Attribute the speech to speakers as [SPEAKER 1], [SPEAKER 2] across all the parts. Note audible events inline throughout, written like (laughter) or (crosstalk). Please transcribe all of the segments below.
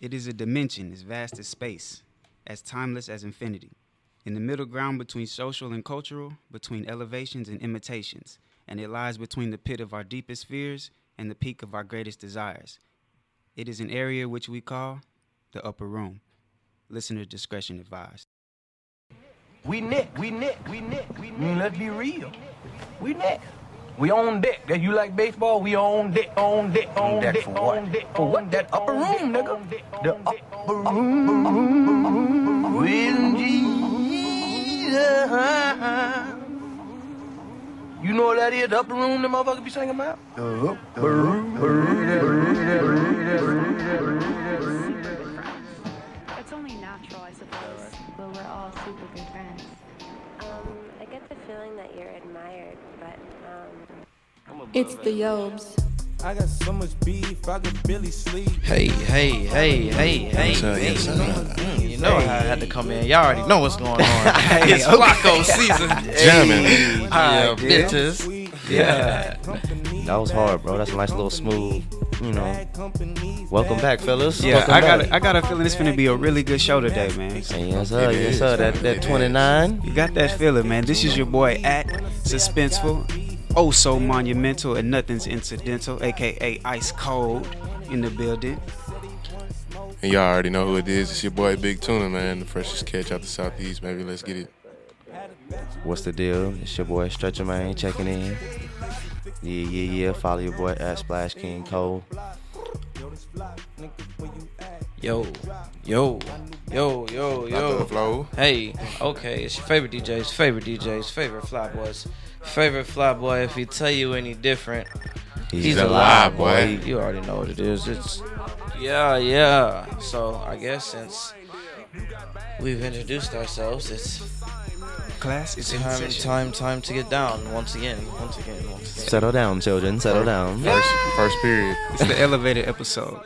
[SPEAKER 1] It is a dimension as vast as space, as timeless as infinity. In the middle ground between social and cultural, between elevations and imitations, and it lies between the pit of our deepest fears and the peak of our greatest desires. It is an area which we call the upper room. Listener discretion advised.
[SPEAKER 2] We Nick, we Nick, we Nick, we Nick. Mm, let's be real. We Nick. We on deck. That you like baseball? We on deck, on deck, on,
[SPEAKER 3] deck
[SPEAKER 2] deck,
[SPEAKER 3] for
[SPEAKER 2] on
[SPEAKER 3] what?
[SPEAKER 2] deck. For what? That upper room, nigga. The upper room. With Jesus. You know what that is? The upper room the motherfucker be singing about?
[SPEAKER 4] It's only natural, I suppose. Well, we're all super good friends.
[SPEAKER 5] Um, I get the feeling that you're admired, but um,
[SPEAKER 6] It's the Yobes.
[SPEAKER 7] I got so much beef, I could barely sleep.
[SPEAKER 3] Hey, hey, hey, hey, hey.
[SPEAKER 8] Yes, sir,
[SPEAKER 3] hey.
[SPEAKER 8] yes, sir.
[SPEAKER 3] Mm, You know how I had to come in. Y'all already know what's going on. it's
[SPEAKER 1] okay. (laughs)
[SPEAKER 3] Flacco season.
[SPEAKER 8] Jamming.
[SPEAKER 3] Hey, yeah,
[SPEAKER 1] Alright, good.
[SPEAKER 3] bitches. (laughs)
[SPEAKER 7] Yeah.
[SPEAKER 3] That was hard, bro. That's a nice little smooth, you know. Welcome back, fellas.
[SPEAKER 1] Yeah,
[SPEAKER 3] Welcome
[SPEAKER 1] I got
[SPEAKER 3] back.
[SPEAKER 1] a, I got a feeling it's gonna be a really good show today, man.
[SPEAKER 3] Hey, yes, sir.
[SPEAKER 8] It
[SPEAKER 3] Yes,
[SPEAKER 8] is.
[SPEAKER 3] sir. That, that 29.
[SPEAKER 1] You got that feeling, man. This is your boy at Suspenseful, oh so monumental, and nothing's incidental, aka Ice Cold in the building.
[SPEAKER 8] And y'all already know who it is. It's your boy Big Tuna, man. The freshest catch out the southeast, baby. Let's get it.
[SPEAKER 3] What's the deal? It's your boy Stretcher Man checking in. Yeah, yeah, yeah. Follow your boy at Splash King Cole.
[SPEAKER 6] Yo, yo, yo, yo,
[SPEAKER 8] Lock the
[SPEAKER 6] yo.
[SPEAKER 8] flow.
[SPEAKER 6] Hey, okay, it's your favorite DJ's favorite DJ's favorite fly boys. Favorite fly boy, if he tell you any different, He's a
[SPEAKER 8] lie, boy.
[SPEAKER 6] you already know what it is. It's yeah, yeah. So I guess since we've introduced ourselves, it's
[SPEAKER 1] Class is in
[SPEAKER 6] time,
[SPEAKER 1] session.
[SPEAKER 6] time, time to get down once again, once again, once again.
[SPEAKER 3] Settle down, children. Settle down.
[SPEAKER 8] First, first period.
[SPEAKER 1] It's the elevated episode.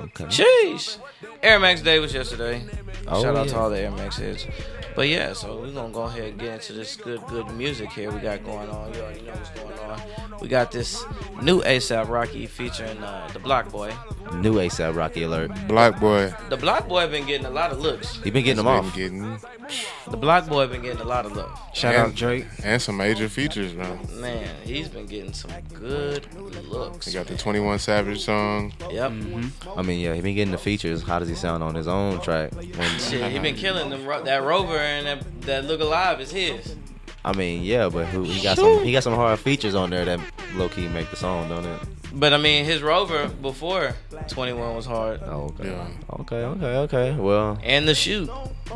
[SPEAKER 3] Okay.
[SPEAKER 6] Jeez. Air Max Day was yesterday.
[SPEAKER 3] Oh,
[SPEAKER 6] Shout out
[SPEAKER 3] yeah.
[SPEAKER 6] to all the Air Max heads. But yeah, so we're gonna go ahead and get into this good, good music here we got going on. You already know what's going on. We got this new ASAP Rocky featuring uh, the Block Boy.
[SPEAKER 3] New ASAP Rocky alert.
[SPEAKER 8] Black boy.
[SPEAKER 6] The Block Boy been getting a lot of looks.
[SPEAKER 3] He been getting them off.
[SPEAKER 8] Getting,
[SPEAKER 6] The Block Boy been getting a lot of love.
[SPEAKER 1] Shout
[SPEAKER 8] Yeah.
[SPEAKER 1] out Drake.
[SPEAKER 8] and some major features, man.
[SPEAKER 6] Man, he's been getting some good looks.
[SPEAKER 8] He got the 21 Savage song.
[SPEAKER 6] Yep.
[SPEAKER 3] I mean, yeah, he been getting the features. How does he sound on his own track? When,
[SPEAKER 6] Shit, he been killing them. ro- That Rover and that, that Look Alive is his.
[SPEAKER 3] I mean, yeah, but who, he got some he got some hard features on there that low key make the song, don't it?
[SPEAKER 6] But I mean, his Rover before 21 was hard.
[SPEAKER 3] Oh, okay.
[SPEAKER 8] Yeah.
[SPEAKER 3] Okay, okay, okay. Well,
[SPEAKER 6] And the shoot.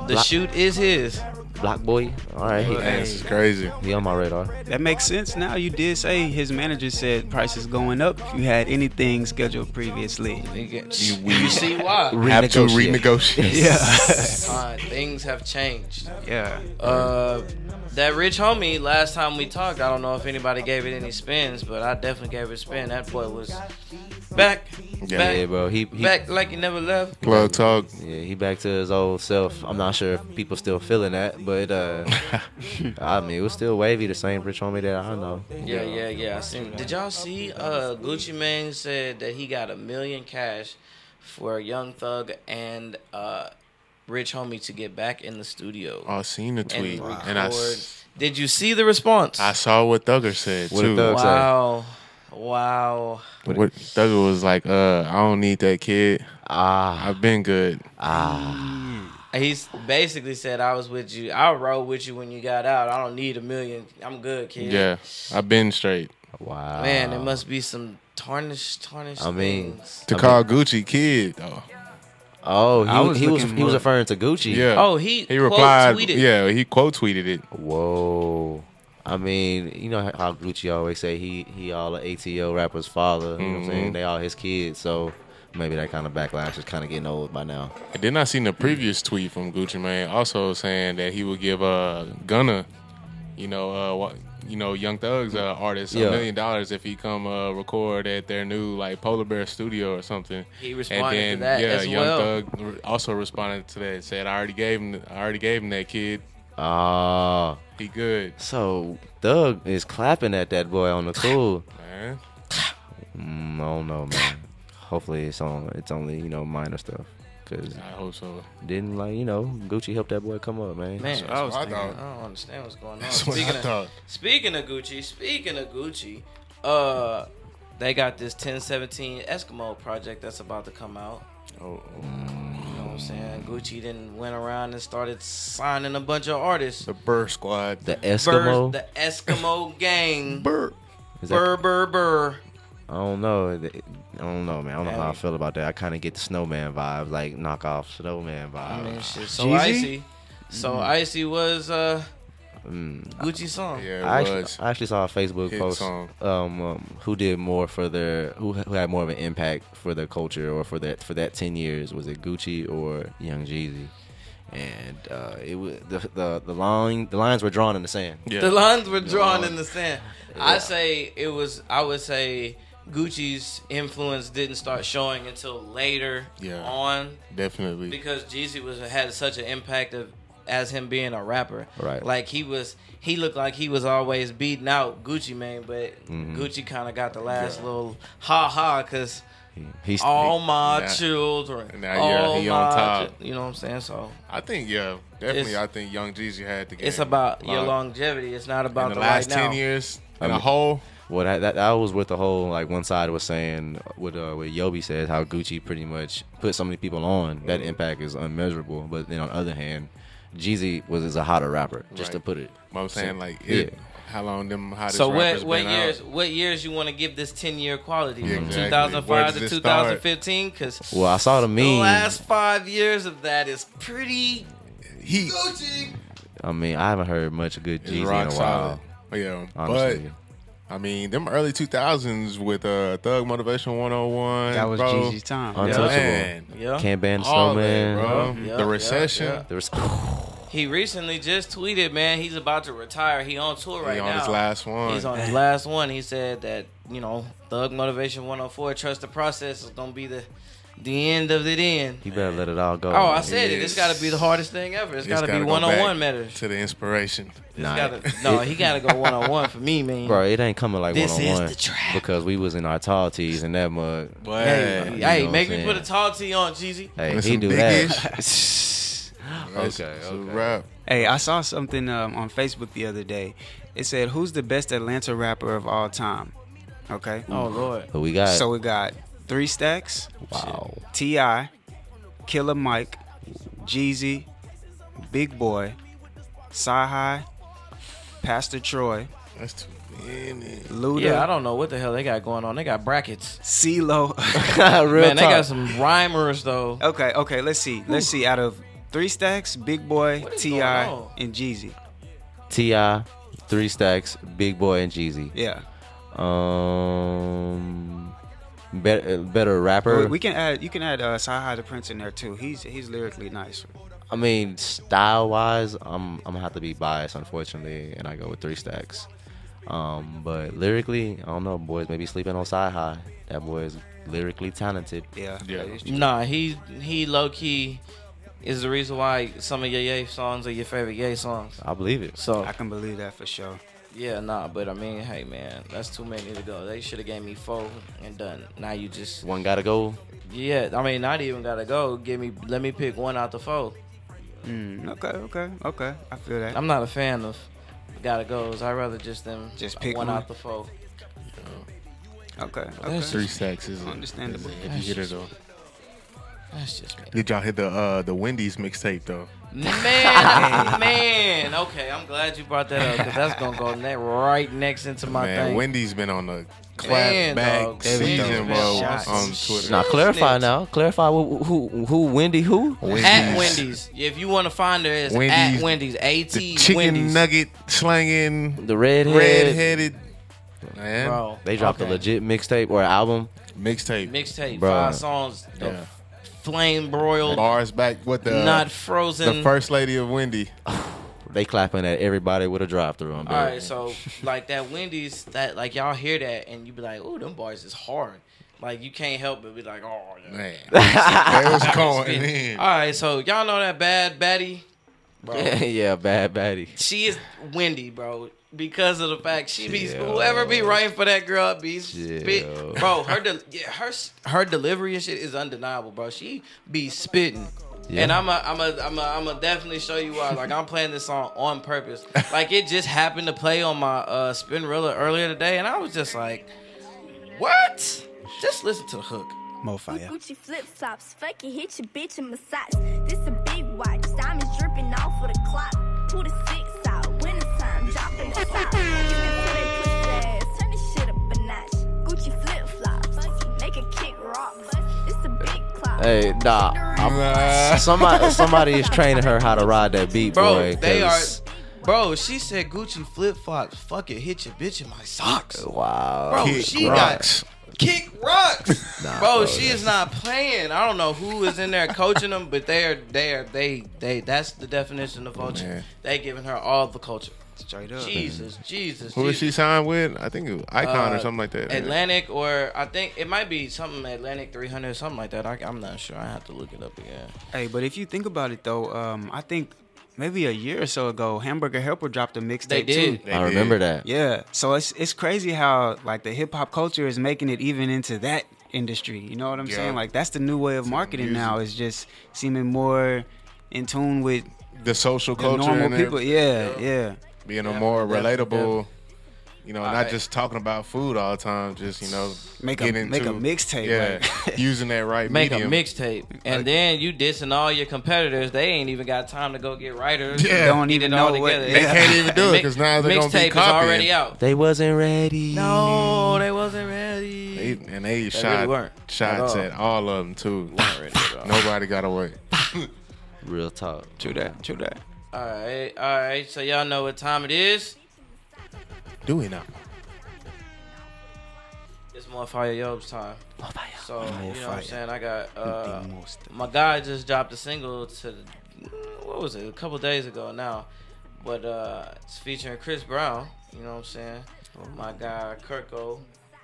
[SPEAKER 6] The
[SPEAKER 3] Lo-
[SPEAKER 6] shoot is his.
[SPEAKER 3] Black Boy. All right,
[SPEAKER 8] Man,
[SPEAKER 3] he,
[SPEAKER 8] this is crazy.
[SPEAKER 3] he on my radar.
[SPEAKER 1] That makes sense now. You did say his manager said prices going up if you had anything scheduled previously.
[SPEAKER 6] You, get-
[SPEAKER 8] You
[SPEAKER 6] you
[SPEAKER 8] weak. (laughs)
[SPEAKER 6] see why?
[SPEAKER 8] Have to
[SPEAKER 3] Renegotiate.
[SPEAKER 8] (laughs) renegotiate.
[SPEAKER 1] (laughs) Yeah.
[SPEAKER 6] Uh, things have changed.
[SPEAKER 1] yeah.
[SPEAKER 6] Uh, that rich homie, last time we talked, I don't know if anybody gave it any spins, but I definitely gave it a spin. That boy was back,
[SPEAKER 8] Yeah.
[SPEAKER 6] back,
[SPEAKER 3] Yeah, bro. He, he
[SPEAKER 6] back like he never left.
[SPEAKER 8] Plug talk.
[SPEAKER 3] Yeah, he back to his old self. I'm not sure if people still feeling that, but uh I mean, it was still wavy, the same rich homie that I know.
[SPEAKER 6] Yeah, yeah, yeah. I seen. Did y'all see? Uh, Gucci Mane said that he got a million cash for Young Thug and uh, Rich Homie to get back in the studio.
[SPEAKER 8] I seen the tweet.
[SPEAKER 6] record.
[SPEAKER 8] And, I, s-
[SPEAKER 6] did you see the response?
[SPEAKER 8] I saw what Thugger said,
[SPEAKER 3] What
[SPEAKER 8] too.
[SPEAKER 3] did Thug-
[SPEAKER 6] wow, wow.
[SPEAKER 8] What, Thugger was like, uh, I don't need that kid.
[SPEAKER 3] Ah,
[SPEAKER 8] I've been good.
[SPEAKER 6] He's basically said, "I was with you. I rode with you when you got out. I don't need a million. I'm good, kid."
[SPEAKER 8] Yeah. I've been straight.
[SPEAKER 3] wow.
[SPEAKER 6] Man, there must be some tarnished, tarnished.
[SPEAKER 3] I mean-
[SPEAKER 6] things.
[SPEAKER 8] To call Gucci kid, though.
[SPEAKER 3] Oh,
[SPEAKER 1] I
[SPEAKER 3] he
[SPEAKER 1] was
[SPEAKER 3] was he was,
[SPEAKER 1] looking
[SPEAKER 3] he was
[SPEAKER 1] more-
[SPEAKER 3] referring to Gucci.
[SPEAKER 8] Yeah.
[SPEAKER 6] Oh, he
[SPEAKER 8] He
[SPEAKER 6] quote
[SPEAKER 8] replied.
[SPEAKER 6] tweeted.
[SPEAKER 8] Yeah, he quote tweeted it.
[SPEAKER 3] Whoa. I mean, you know how Gucci always say he he all the ATL rappers' father. You know what I'm saying? They all his kids, so maybe that kind of backlash is kind of getting old by now.
[SPEAKER 8] And then I seen the previous tweet from Gucci Mane also saying that he would give uh Gunna, you know, uh what you know, Young Thug's uh, artist
[SPEAKER 3] Yeah.
[SPEAKER 8] a million dollars if he come uh, record at their new like Polar Bear studio or something.
[SPEAKER 6] He responded to that
[SPEAKER 8] yeah,
[SPEAKER 6] as
[SPEAKER 8] Young
[SPEAKER 6] well.
[SPEAKER 8] Thug re- also responded to that. Said I already gave him, I already gave him that kid.
[SPEAKER 3] Ah,
[SPEAKER 8] He good,
[SPEAKER 3] so Thug is clapping at that boy on the cool.
[SPEAKER 8] man.
[SPEAKER 3] Mm, I don't know, man. Hopefully, it's on. It's only you know minor stuff. Cause
[SPEAKER 8] I hope so.
[SPEAKER 3] then like you know Gucci helped that boy come up, man.
[SPEAKER 6] Man,
[SPEAKER 8] That's
[SPEAKER 6] I was
[SPEAKER 8] what I
[SPEAKER 6] thinking, I,
[SPEAKER 8] thought.
[SPEAKER 6] don't understand what's going on.
[SPEAKER 8] That's what (laughs) I
[SPEAKER 6] Oh, Speaking
[SPEAKER 8] thought.
[SPEAKER 6] of, speaking of Gucci, speaking of Gucci, uh, they got this 1017 Eskimo project that's about to come out.
[SPEAKER 8] Oh,
[SPEAKER 6] You know what I'm saying? Gucci then went around and started signing a bunch of artists.
[SPEAKER 8] the Burr Squad.
[SPEAKER 3] The Eskimo.
[SPEAKER 6] Burr, the Eskimo gang. Burr,
[SPEAKER 3] Is that-
[SPEAKER 6] burr, burr, burr.
[SPEAKER 3] I don't know. It- I don't know, man. I don't know how I
[SPEAKER 6] Hey.
[SPEAKER 3] feel about that. I kind of get the snowman vibes, like knockoff snowman
[SPEAKER 6] I mean,
[SPEAKER 3] vibes.
[SPEAKER 6] shit. So
[SPEAKER 3] Oh. Jeezy?
[SPEAKER 6] icy. So icy was uh, Gucci song.
[SPEAKER 8] yeah, it
[SPEAKER 3] I actually,
[SPEAKER 8] was.
[SPEAKER 3] I actually saw a Facebook
[SPEAKER 8] Hit
[SPEAKER 3] post
[SPEAKER 8] song.
[SPEAKER 3] um, um, who did more for their who, who had more of an impact for their culture or for that for that ten years was it Gucci or Young Jeezy? And uh, it was the, the the line the lines were drawn in the sand.
[SPEAKER 8] yeah.
[SPEAKER 6] The lines were drawn in the sand. I say it was. I would say Gucci's influence didn't start showing until later
[SPEAKER 8] Yeah.
[SPEAKER 6] on
[SPEAKER 8] Definitely.
[SPEAKER 6] because Jeezy was had such an impact of as him being a rapper.
[SPEAKER 3] Right.
[SPEAKER 6] Like he was. He looked like he was always beating out Gucci man, but
[SPEAKER 8] Mm-hmm.
[SPEAKER 6] Gucci kind of got the last little ha ha because.
[SPEAKER 3] He's
[SPEAKER 6] All my
[SPEAKER 8] Nah.
[SPEAKER 6] children,
[SPEAKER 8] Nah, yeah,
[SPEAKER 6] all
[SPEAKER 8] he on
[SPEAKER 6] my
[SPEAKER 8] top.
[SPEAKER 6] chi- you know what I'm saying. So
[SPEAKER 8] I think yeah, definitely.
[SPEAKER 6] It's-
[SPEAKER 8] I think Young Jeezy had the game.
[SPEAKER 6] it's about your
[SPEAKER 8] Like,
[SPEAKER 6] longevity. It's not
[SPEAKER 8] in
[SPEAKER 6] about
[SPEAKER 8] the,
[SPEAKER 6] the,
[SPEAKER 8] last
[SPEAKER 6] right
[SPEAKER 8] ten
[SPEAKER 6] now.
[SPEAKER 8] years
[SPEAKER 3] I
[SPEAKER 8] and a
[SPEAKER 3] mean-
[SPEAKER 8] whole.
[SPEAKER 3] Well, that, that that was what the whole like one side was saying. What uh, what Yobi said, how Gucci pretty much put so many people on that impact is unmeasurable. But then on the other hand, Jeezy was is a hotter rapper, just to
[SPEAKER 8] Right.
[SPEAKER 3] put it.
[SPEAKER 8] But I'm saying like
[SPEAKER 3] yeah.
[SPEAKER 8] it, how long them hottest
[SPEAKER 6] So what
[SPEAKER 8] rappers
[SPEAKER 6] what
[SPEAKER 8] been
[SPEAKER 6] years
[SPEAKER 8] out?
[SPEAKER 6] what years you want to give this ten year quality
[SPEAKER 8] Yeah,
[SPEAKER 6] from
[SPEAKER 8] exactly.
[SPEAKER 6] two
[SPEAKER 8] Where
[SPEAKER 6] thousand
[SPEAKER 8] does
[SPEAKER 6] five to
[SPEAKER 8] it
[SPEAKER 6] two
[SPEAKER 8] start?
[SPEAKER 6] thousand fifteen? Because
[SPEAKER 3] Well, I saw the
[SPEAKER 6] the
[SPEAKER 3] meme.
[SPEAKER 6] last five years of that is pretty
[SPEAKER 8] He
[SPEAKER 6] Gucci.
[SPEAKER 3] I mean, I haven't heard much good
[SPEAKER 8] is
[SPEAKER 3] Jeezy in a
[SPEAKER 8] rock
[SPEAKER 3] while.
[SPEAKER 8] solid. Oh, Yeah,
[SPEAKER 3] Honestly,
[SPEAKER 8] but I mean them early 2000s with uh Thug Motivation 101.
[SPEAKER 1] That was
[SPEAKER 8] bro.
[SPEAKER 1] Jeezy's time.
[SPEAKER 3] Untouchable.
[SPEAKER 8] Man,
[SPEAKER 6] Yeah. Oh,
[SPEAKER 3] can't ban the
[SPEAKER 8] all
[SPEAKER 3] snowman.
[SPEAKER 8] that, bro.
[SPEAKER 6] Yeah,
[SPEAKER 8] the
[SPEAKER 6] yeah,
[SPEAKER 8] recession.
[SPEAKER 6] yeah.
[SPEAKER 3] There was
[SPEAKER 6] He recently just tweeted, man, he's about to retire. He on tour right
[SPEAKER 8] he on
[SPEAKER 6] now.
[SPEAKER 8] his last one.
[SPEAKER 6] He's on his last one. He said that you know Thug Motivation 104 Trust the Process is gonna be the the end of it end.
[SPEAKER 3] (laughs) you better let it all go.
[SPEAKER 6] Oh, I
[SPEAKER 3] man.
[SPEAKER 6] said it. It's gotta be the hardest thing ever.
[SPEAKER 8] It's
[SPEAKER 6] it's gotta
[SPEAKER 8] gotta
[SPEAKER 6] be
[SPEAKER 8] go
[SPEAKER 6] one on
[SPEAKER 8] back
[SPEAKER 6] one matters.
[SPEAKER 8] to the inspiration.
[SPEAKER 3] Nah,
[SPEAKER 6] gotta, no, he gotta go one on one for me,
[SPEAKER 3] (laughs)
[SPEAKER 6] man.
[SPEAKER 3] bro. It ain't coming like one
[SPEAKER 6] This
[SPEAKER 3] on
[SPEAKER 6] is
[SPEAKER 3] one
[SPEAKER 6] the trap.
[SPEAKER 3] because we was in our tall tees and that mug.
[SPEAKER 8] But
[SPEAKER 6] Hey,
[SPEAKER 3] you know
[SPEAKER 6] hey,
[SPEAKER 3] what
[SPEAKER 6] make
[SPEAKER 3] I'm
[SPEAKER 6] me
[SPEAKER 3] saying.
[SPEAKER 6] put a tall tee on, Jeezy.
[SPEAKER 3] Hey,
[SPEAKER 8] With
[SPEAKER 3] he
[SPEAKER 8] some
[SPEAKER 3] do
[SPEAKER 8] big
[SPEAKER 1] (laughs)
[SPEAKER 3] that.
[SPEAKER 8] that's-
[SPEAKER 3] okay,
[SPEAKER 8] that's a
[SPEAKER 3] okay.
[SPEAKER 8] wrap.
[SPEAKER 1] (laughs) Hey, I saw something um, on Facebook the other day. It said, "Who's the best Atlanta rapper of all time?" Okay,
[SPEAKER 6] Oh Lord.
[SPEAKER 3] But we got
[SPEAKER 1] so we got Three Stacks,
[SPEAKER 3] wow.
[SPEAKER 1] Ti, Killer Mike, Jeezy, Big Boy, Sci-Hi, Pastor Troy,
[SPEAKER 8] That's too many.
[SPEAKER 1] Luda,
[SPEAKER 6] Yeah, I don't know what the hell they got going on. They got brackets.
[SPEAKER 1] CeeLo.
[SPEAKER 3] (laughs) Real
[SPEAKER 6] Man, they
[SPEAKER 3] talk.
[SPEAKER 6] got some rhymers though.
[SPEAKER 1] (laughs) okay, okay, let's see, let's see. Out of Three Stacks, Big Boy,
[SPEAKER 6] What is
[SPEAKER 1] Ti,
[SPEAKER 6] going on?
[SPEAKER 1] and Jeezy.
[SPEAKER 3] Ti, Three Stacks, Big Boy, and Jeezy.
[SPEAKER 1] Yeah,
[SPEAKER 3] Um, better, better
[SPEAKER 1] we,
[SPEAKER 3] rapper.
[SPEAKER 1] we can add. You can add uh, Sci-Hi the Prince in there too. He's he's lyrically nicer.
[SPEAKER 3] I mean, style wise, I'm I'm gonna have to be biased, unfortunately, and I go with Three Stacks. Um, but lyrically, I don't know, boys. Maybe sleeping on side high. That boy is lyrically talented.
[SPEAKER 1] Yeah,
[SPEAKER 8] Yeah.
[SPEAKER 1] that is true.
[SPEAKER 6] Nah, he he low key is the reason why some of your Ye songs are your favorite Ye songs.
[SPEAKER 3] I believe it.
[SPEAKER 6] So
[SPEAKER 1] I can believe that for sure.
[SPEAKER 6] yeah, nah, but I mean, hey man, that's too many to go. They should have gave me four and done. Now you just
[SPEAKER 3] One gotta go.
[SPEAKER 6] yeah, I mean, not even gotta go. Give me let me pick one out the four.
[SPEAKER 1] Mm, okay, okay, okay. I feel that.
[SPEAKER 6] I'm not a fan of gotta goes. I'd rather just them
[SPEAKER 1] Just pick
[SPEAKER 6] one
[SPEAKER 1] one.
[SPEAKER 6] out the four.
[SPEAKER 1] okay, okay.
[SPEAKER 6] That's
[SPEAKER 8] Three stacks is
[SPEAKER 1] Understandable.
[SPEAKER 8] If you hit it though,
[SPEAKER 6] That's
[SPEAKER 8] (laughs)
[SPEAKER 6] just me.
[SPEAKER 8] did y'all hit the uh the Wendy's mixtape though?
[SPEAKER 6] Man, man. Okay, I'm glad you brought that up because that's gonna go ne- right next into my
[SPEAKER 8] Man,
[SPEAKER 6] thing.
[SPEAKER 8] Wendy's been on the
[SPEAKER 6] Man,
[SPEAKER 8] clap
[SPEAKER 6] dog.
[SPEAKER 8] back
[SPEAKER 6] Wendy's
[SPEAKER 8] season,
[SPEAKER 6] been
[SPEAKER 8] bro,
[SPEAKER 6] shots.
[SPEAKER 8] on Twitter.
[SPEAKER 3] Now clarify.
[SPEAKER 6] Snitch.
[SPEAKER 3] Now clarify. Who who, who Wendy? Who?
[SPEAKER 6] At Wendy's, if you want to find her, it's
[SPEAKER 8] Wendy's.
[SPEAKER 6] at Wendy's. At
[SPEAKER 8] the chicken
[SPEAKER 6] Wendy's.
[SPEAKER 8] nugget slanging,
[SPEAKER 3] The redhead.
[SPEAKER 8] red headed man
[SPEAKER 6] Bro,
[SPEAKER 3] They dropped a
[SPEAKER 6] okay.
[SPEAKER 3] legit mixtape or album.
[SPEAKER 8] mixtape.
[SPEAKER 6] mixtape,
[SPEAKER 3] Bro.
[SPEAKER 6] five songs, the
[SPEAKER 8] Yeah.
[SPEAKER 6] flame broiled,
[SPEAKER 8] Bars back with the
[SPEAKER 6] not
[SPEAKER 8] the
[SPEAKER 6] frozen.
[SPEAKER 8] first lady of
[SPEAKER 6] (laughs)
[SPEAKER 8] Wendy.
[SPEAKER 3] They clapping at everybody with a drive through.
[SPEAKER 6] All right, so like that Wendy's, that like y'all hear that and you be like, "Ooh, them bars is hard." Like you can't help but be like, "Oh, yeah."
[SPEAKER 8] Man, they
[SPEAKER 6] (laughs)
[SPEAKER 8] was going in.
[SPEAKER 6] All right, so y'all know that bad baddie.
[SPEAKER 3] (laughs) yeah, bad baddie.
[SPEAKER 6] She is Wendy, bro. because of the fact she be
[SPEAKER 3] Chill.
[SPEAKER 6] whoever be writing for that girl be spit,
[SPEAKER 3] Chill.
[SPEAKER 6] bro. Her del yeah, her s- her delivery and shit is undeniable, bro. She be spitting.
[SPEAKER 3] Yeah.
[SPEAKER 6] And I'm a, I'm a, I'm a, I'm a definitely show you why. Like I'm playing this song on purpose. Like it just happened to play on my uh Spinrilla earlier today, and I was just like, what? Just listen to the hook.
[SPEAKER 1] Mo Fire.
[SPEAKER 9] Gucci flip flops, fucking hit your bitch in my socks. This a big watch, diamonds dripping off of the clock. Pull the six out, winter time, dropping the flop. Give it to they pussy ass, turn this shit up a notch. Gucci flip flops, make a kick rock. It's a big clock.
[SPEAKER 3] Hey, nah. I'm- somebody, somebody is training her how to ride that beat,
[SPEAKER 6] Bro,
[SPEAKER 3] boy.
[SPEAKER 6] they are.
[SPEAKER 3] 'cause-
[SPEAKER 6] Bro, she said Gucci flip flops. Fuck it, hit your bitch in my socks.
[SPEAKER 3] Oh. Wow.
[SPEAKER 6] Bro,
[SPEAKER 3] Kick
[SPEAKER 6] she
[SPEAKER 3] rocks.
[SPEAKER 6] got kick rocks.
[SPEAKER 3] Nah,
[SPEAKER 6] bro,
[SPEAKER 3] bro,
[SPEAKER 6] she is not playing. I don't know who is in there coaching them, but they are. They are. They. They. That's the definition of culture.
[SPEAKER 8] Man.
[SPEAKER 6] They giving her all the culture.
[SPEAKER 1] Straight up.
[SPEAKER 6] Jesus, Jesus.
[SPEAKER 8] Who is
[SPEAKER 6] Jesus.
[SPEAKER 8] she signed with? I think it was Icon
[SPEAKER 6] Uh,
[SPEAKER 8] or something like that.
[SPEAKER 6] Atlantic, or I think it might be something Atlantic 300, something like that. I, I'm not sure. I have to look it up again.
[SPEAKER 1] Hey, but if you think about it though, um, I think maybe a year or so ago, Hamburger Helper dropped a mixtape
[SPEAKER 6] They did.
[SPEAKER 1] too.
[SPEAKER 8] They
[SPEAKER 3] I remember
[SPEAKER 8] did.
[SPEAKER 3] that.
[SPEAKER 1] Yeah. So it's it's crazy how like the hip hop culture is making it even into that industry. You know what I'm
[SPEAKER 8] Yeah.
[SPEAKER 1] saying? Like that's the new way of marketing
[SPEAKER 8] music.
[SPEAKER 1] now. Is just seeming more in tune with
[SPEAKER 8] The social
[SPEAKER 1] the
[SPEAKER 8] culture.
[SPEAKER 1] normal
[SPEAKER 8] and
[SPEAKER 1] people. Yeah, yeah.
[SPEAKER 8] being
[SPEAKER 6] Yeah,
[SPEAKER 8] a more
[SPEAKER 6] yeah,
[SPEAKER 8] relatable, you know, not
[SPEAKER 6] Alright.
[SPEAKER 8] just talking about food all the time. Just you know,
[SPEAKER 1] Make a-
[SPEAKER 8] getting
[SPEAKER 1] make a
[SPEAKER 8] into-
[SPEAKER 1] mixtape,
[SPEAKER 8] Yeah,
[SPEAKER 1] like-
[SPEAKER 8] (laughs) using that right
[SPEAKER 6] Make
[SPEAKER 8] medium.
[SPEAKER 6] a mixtape, and then you dissing all your competitors. They ain't even got time to go get writers.
[SPEAKER 8] Yeah.
[SPEAKER 1] Don't
[SPEAKER 6] Get
[SPEAKER 1] even
[SPEAKER 6] it all
[SPEAKER 1] know what-
[SPEAKER 6] together.
[SPEAKER 1] They
[SPEAKER 8] can't even do it, 'cause now they're gonna be
[SPEAKER 6] mixtape
[SPEAKER 8] copying.
[SPEAKER 6] is
[SPEAKER 8] Mm-hmm.
[SPEAKER 6] already out.
[SPEAKER 3] They wasn't ready.
[SPEAKER 6] No, they wasn't
[SPEAKER 8] They,
[SPEAKER 6] ready.
[SPEAKER 8] and they,
[SPEAKER 6] really
[SPEAKER 8] shot
[SPEAKER 6] weren't at
[SPEAKER 8] shots
[SPEAKER 6] all.
[SPEAKER 8] at all of them too.
[SPEAKER 6] ready at all.
[SPEAKER 8] Nobody got away.
[SPEAKER 3] Real talk.
[SPEAKER 1] True that. True that.
[SPEAKER 6] All right, all right. So y'all know what time it is.
[SPEAKER 8] Do we not?
[SPEAKER 6] It's more fire yobs time. So you know what
[SPEAKER 1] fire.
[SPEAKER 6] I'm saying. I got uh,
[SPEAKER 1] The most.
[SPEAKER 6] my guy just dropped a single to what was it a couple days ago now, but uh, it's featuring Chris Brown. You know what I'm saying. My guy Kirko.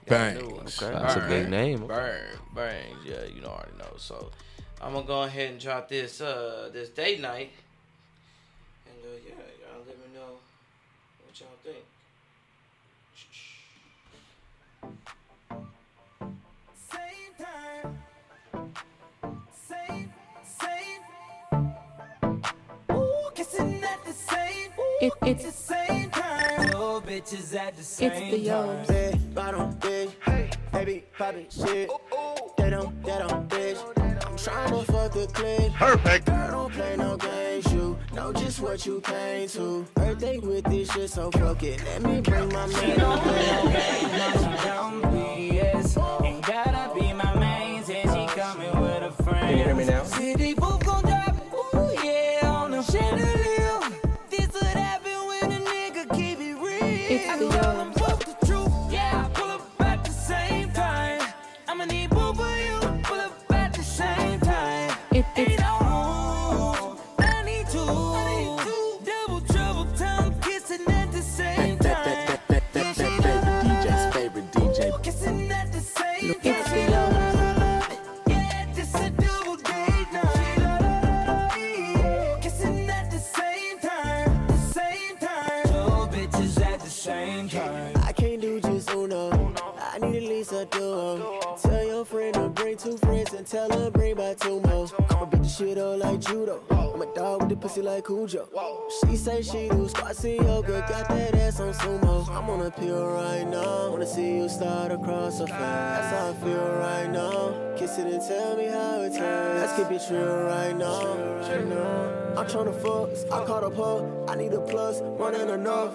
[SPEAKER 6] got a new one.
[SPEAKER 8] Bangs. Okay.
[SPEAKER 3] That's a big
[SPEAKER 6] Burn,
[SPEAKER 3] name.
[SPEAKER 6] Burn, burn. Yeah, you know, I already know. So I'm gonna go ahead and drop this uh this date night. And uh, yeah, y'all let me know what y'all think.
[SPEAKER 4] It, it's,
[SPEAKER 7] Bitches at the same
[SPEAKER 4] it's the yobs.
[SPEAKER 10] bottom bitch. Hey, baby, pop it, shit. They don't, they don't, bitch. I'm tryna fuck the click. Perfect. Girl, don't play no games, you know just what you came to. Birthday with this shit, so fuck it. Let me bring my man. up.
[SPEAKER 7] Don't BS. Ain't gotta be my mains, and she coming with a friend. Can you hear me now? City boop gon' drop it. Ooh, yeah, on the chandelier. This would happen when a nigga keep it real.
[SPEAKER 4] It's the
[SPEAKER 7] Tell 'em
[SPEAKER 4] yams.
[SPEAKER 7] both the truth. Yeah, I pull up at the same time. I'ma need boo for you. Pull up at the same time.
[SPEAKER 4] It,
[SPEAKER 7] Ain't
[SPEAKER 4] it's,
[SPEAKER 7] no rules. I need two. Double trouble tongue kissing at the same
[SPEAKER 10] That, that,
[SPEAKER 7] time.
[SPEAKER 10] that, that, that, that, favorite DJ's favorite DJ.
[SPEAKER 7] Kissing at the same time.
[SPEAKER 4] it's the yobs.
[SPEAKER 7] Yeah, this a double date night. Kissing at the same time, the same time. Two bitches at the same time.
[SPEAKER 10] I can't do just uno. I need at least a duo. Tell your friend to bring two friends and tell her bring by two more. I'ma beat the shit up like judo. I'm a dog with the pussy like Cujo. She say she do squats and yoga, got that ass on sumo. I'm on a pill right now. Wanna see you start across a fence. That's how I feel right now. Kiss it and tell me how it tastes. Let's keep it real right now. I'm tryna fuck. I caught a pub. I need a plus. More than enough.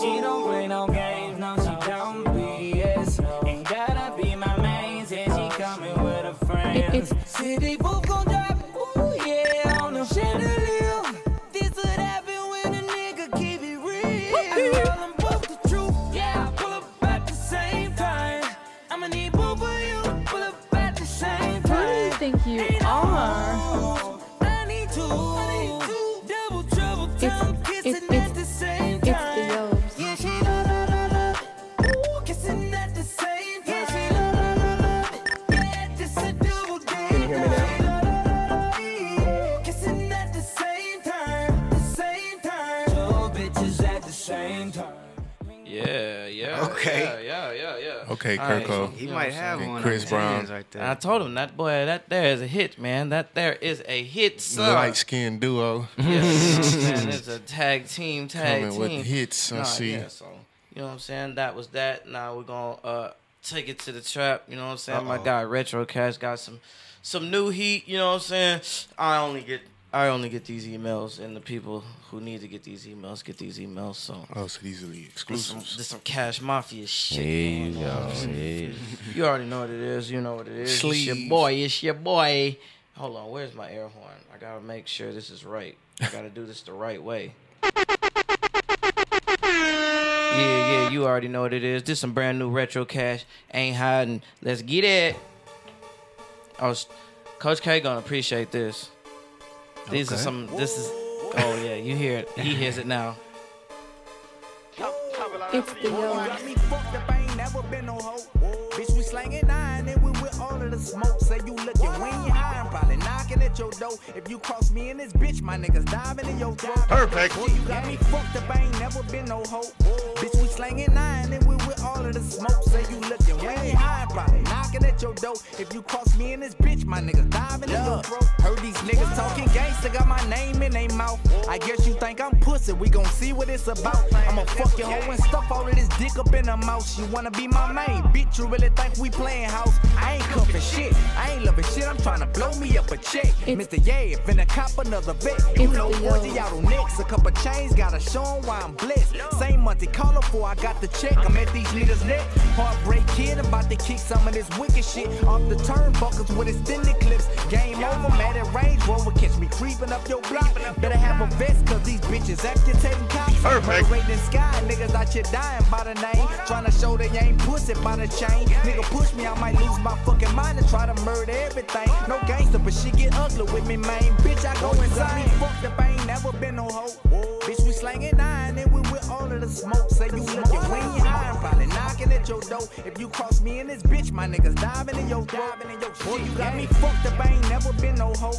[SPEAKER 7] She don't play no games, no, she don't BS. Ain't gotta be my mains, and she coming with a friend.
[SPEAKER 4] It's-
[SPEAKER 7] City boop gon' drop, ooh yeah, on the chandelier. This would happen when a nigga keep it real. I tell 'em both the truth, yeah, I pull up at the same time. I'ma need boo for you, pull up at the same
[SPEAKER 4] Who do you
[SPEAKER 7] time.
[SPEAKER 4] think you are?
[SPEAKER 7] I need two, double trouble, tongue kissing
[SPEAKER 4] it's-
[SPEAKER 7] at the same
[SPEAKER 4] It's the
[SPEAKER 7] time.
[SPEAKER 4] yobs.
[SPEAKER 7] Yeah, she love, love, love, love it. Ooh, kissing at the same time. Yeah, she love, love, love it. Yeah, this a double date. Can you hear me now?
[SPEAKER 6] (laughs)
[SPEAKER 1] Okay.
[SPEAKER 6] Yeah, yeah, yeah, yeah.
[SPEAKER 8] Okay,
[SPEAKER 6] All right.
[SPEAKER 8] Kirko.
[SPEAKER 6] You know what I'm saying?
[SPEAKER 8] And Chris Brown.
[SPEAKER 6] And I told him that boy, that there is a hit, man. That there is a hit, son.
[SPEAKER 8] Light skinned duo.
[SPEAKER 6] (laughs) Yes, you know what I'm saying? It's a tag team, tag
[SPEAKER 8] Coming
[SPEAKER 6] team.
[SPEAKER 8] with hits, I see.
[SPEAKER 6] yeah, so, you know what I'm saying? That was that. Now we're going to uh, take it to the trap. You know what I'm saying? My
[SPEAKER 11] Uh-oh.
[SPEAKER 6] guy Retro Cash got some some new heat. You know what I'm saying? I only get I only get these emails, and the people who need to get these emails get these emails. So
[SPEAKER 8] oh, so these are the
[SPEAKER 6] exclusives. There's some, Cash Mafia shit.
[SPEAKER 3] There you
[SPEAKER 6] going on.
[SPEAKER 3] go, yeah.
[SPEAKER 6] You already know what it is. You know what it is. It's your
[SPEAKER 3] Sleeves.
[SPEAKER 6] boy. It's your boy. Hold on. Where's my air horn? I gotta make sure this is right. I gotta do this the right way. Yeah, yeah. You already know what it is. This some brand new retro cash. Ain't hiding. Let's get it. I was, Coach K gonna appreciate this. These are
[SPEAKER 11] Okay.
[SPEAKER 6] some. This is. Oh yeah, you hear it. He hears it now.
[SPEAKER 7] It's the Got me fucked up, ain't never been no hoe. Bitch, we slangin' iron and we with all of the smoke. Say you lookin' when you iron, probably knocking at your door. If you cross me in this bitch, my niggas diving in your throat.
[SPEAKER 12] Perfect.
[SPEAKER 7] Boy, you got me fucked up, ain't never been no hoe. Bitch, we slangin' iron and we with all of the smoke. Say you lookin' when you iron, probably knocking at your door. If you cross me in this bitch, my niggas diving in your throat. Heard these niggas talking gangsta, got my name in their mouth. I guess you think I'm pussy, we gon' see what it's about. I'ma fuck your hoe and stuff all of this dick up in her mouth. She wanna be my main, bitch, you really think we playing house? I ain't cuffing shit, I ain't loving shit, I'm tryna blow me up a check. Mr. Yeah, finna cop another vet. You know, 40 out on next, a couple chains, gotta show 'em why I'm blessed. Same Monte Carlo for I got the check, I'm at these leaders' neck. Heartbreak kid, about to kick some of this wicked shit off the turnbuckles with extended clips. Game over, mad at Range Rover, catch me creeping up your block. Better have a vest, cause these bitches amputating cops.
[SPEAKER 12] Perfect.
[SPEAKER 7] Rating sky, niggas out here dying by the name. Tryna show they ain't pussy by the chain. Nigga push me, I might lose my fucking mind and try to murder everything. No gangster, but she get ugly with me, man. Bitch, I go insane. Fucked up, I ain't never been no hoe. Bitch, we slangin' iron and we with all of the smoke. Say you lookin' when you iron, probably knocking at your door. If you cross me in this bitch, my niggas diving in your diving in your Boy, you got me fucked up, I ain't never been no hoe.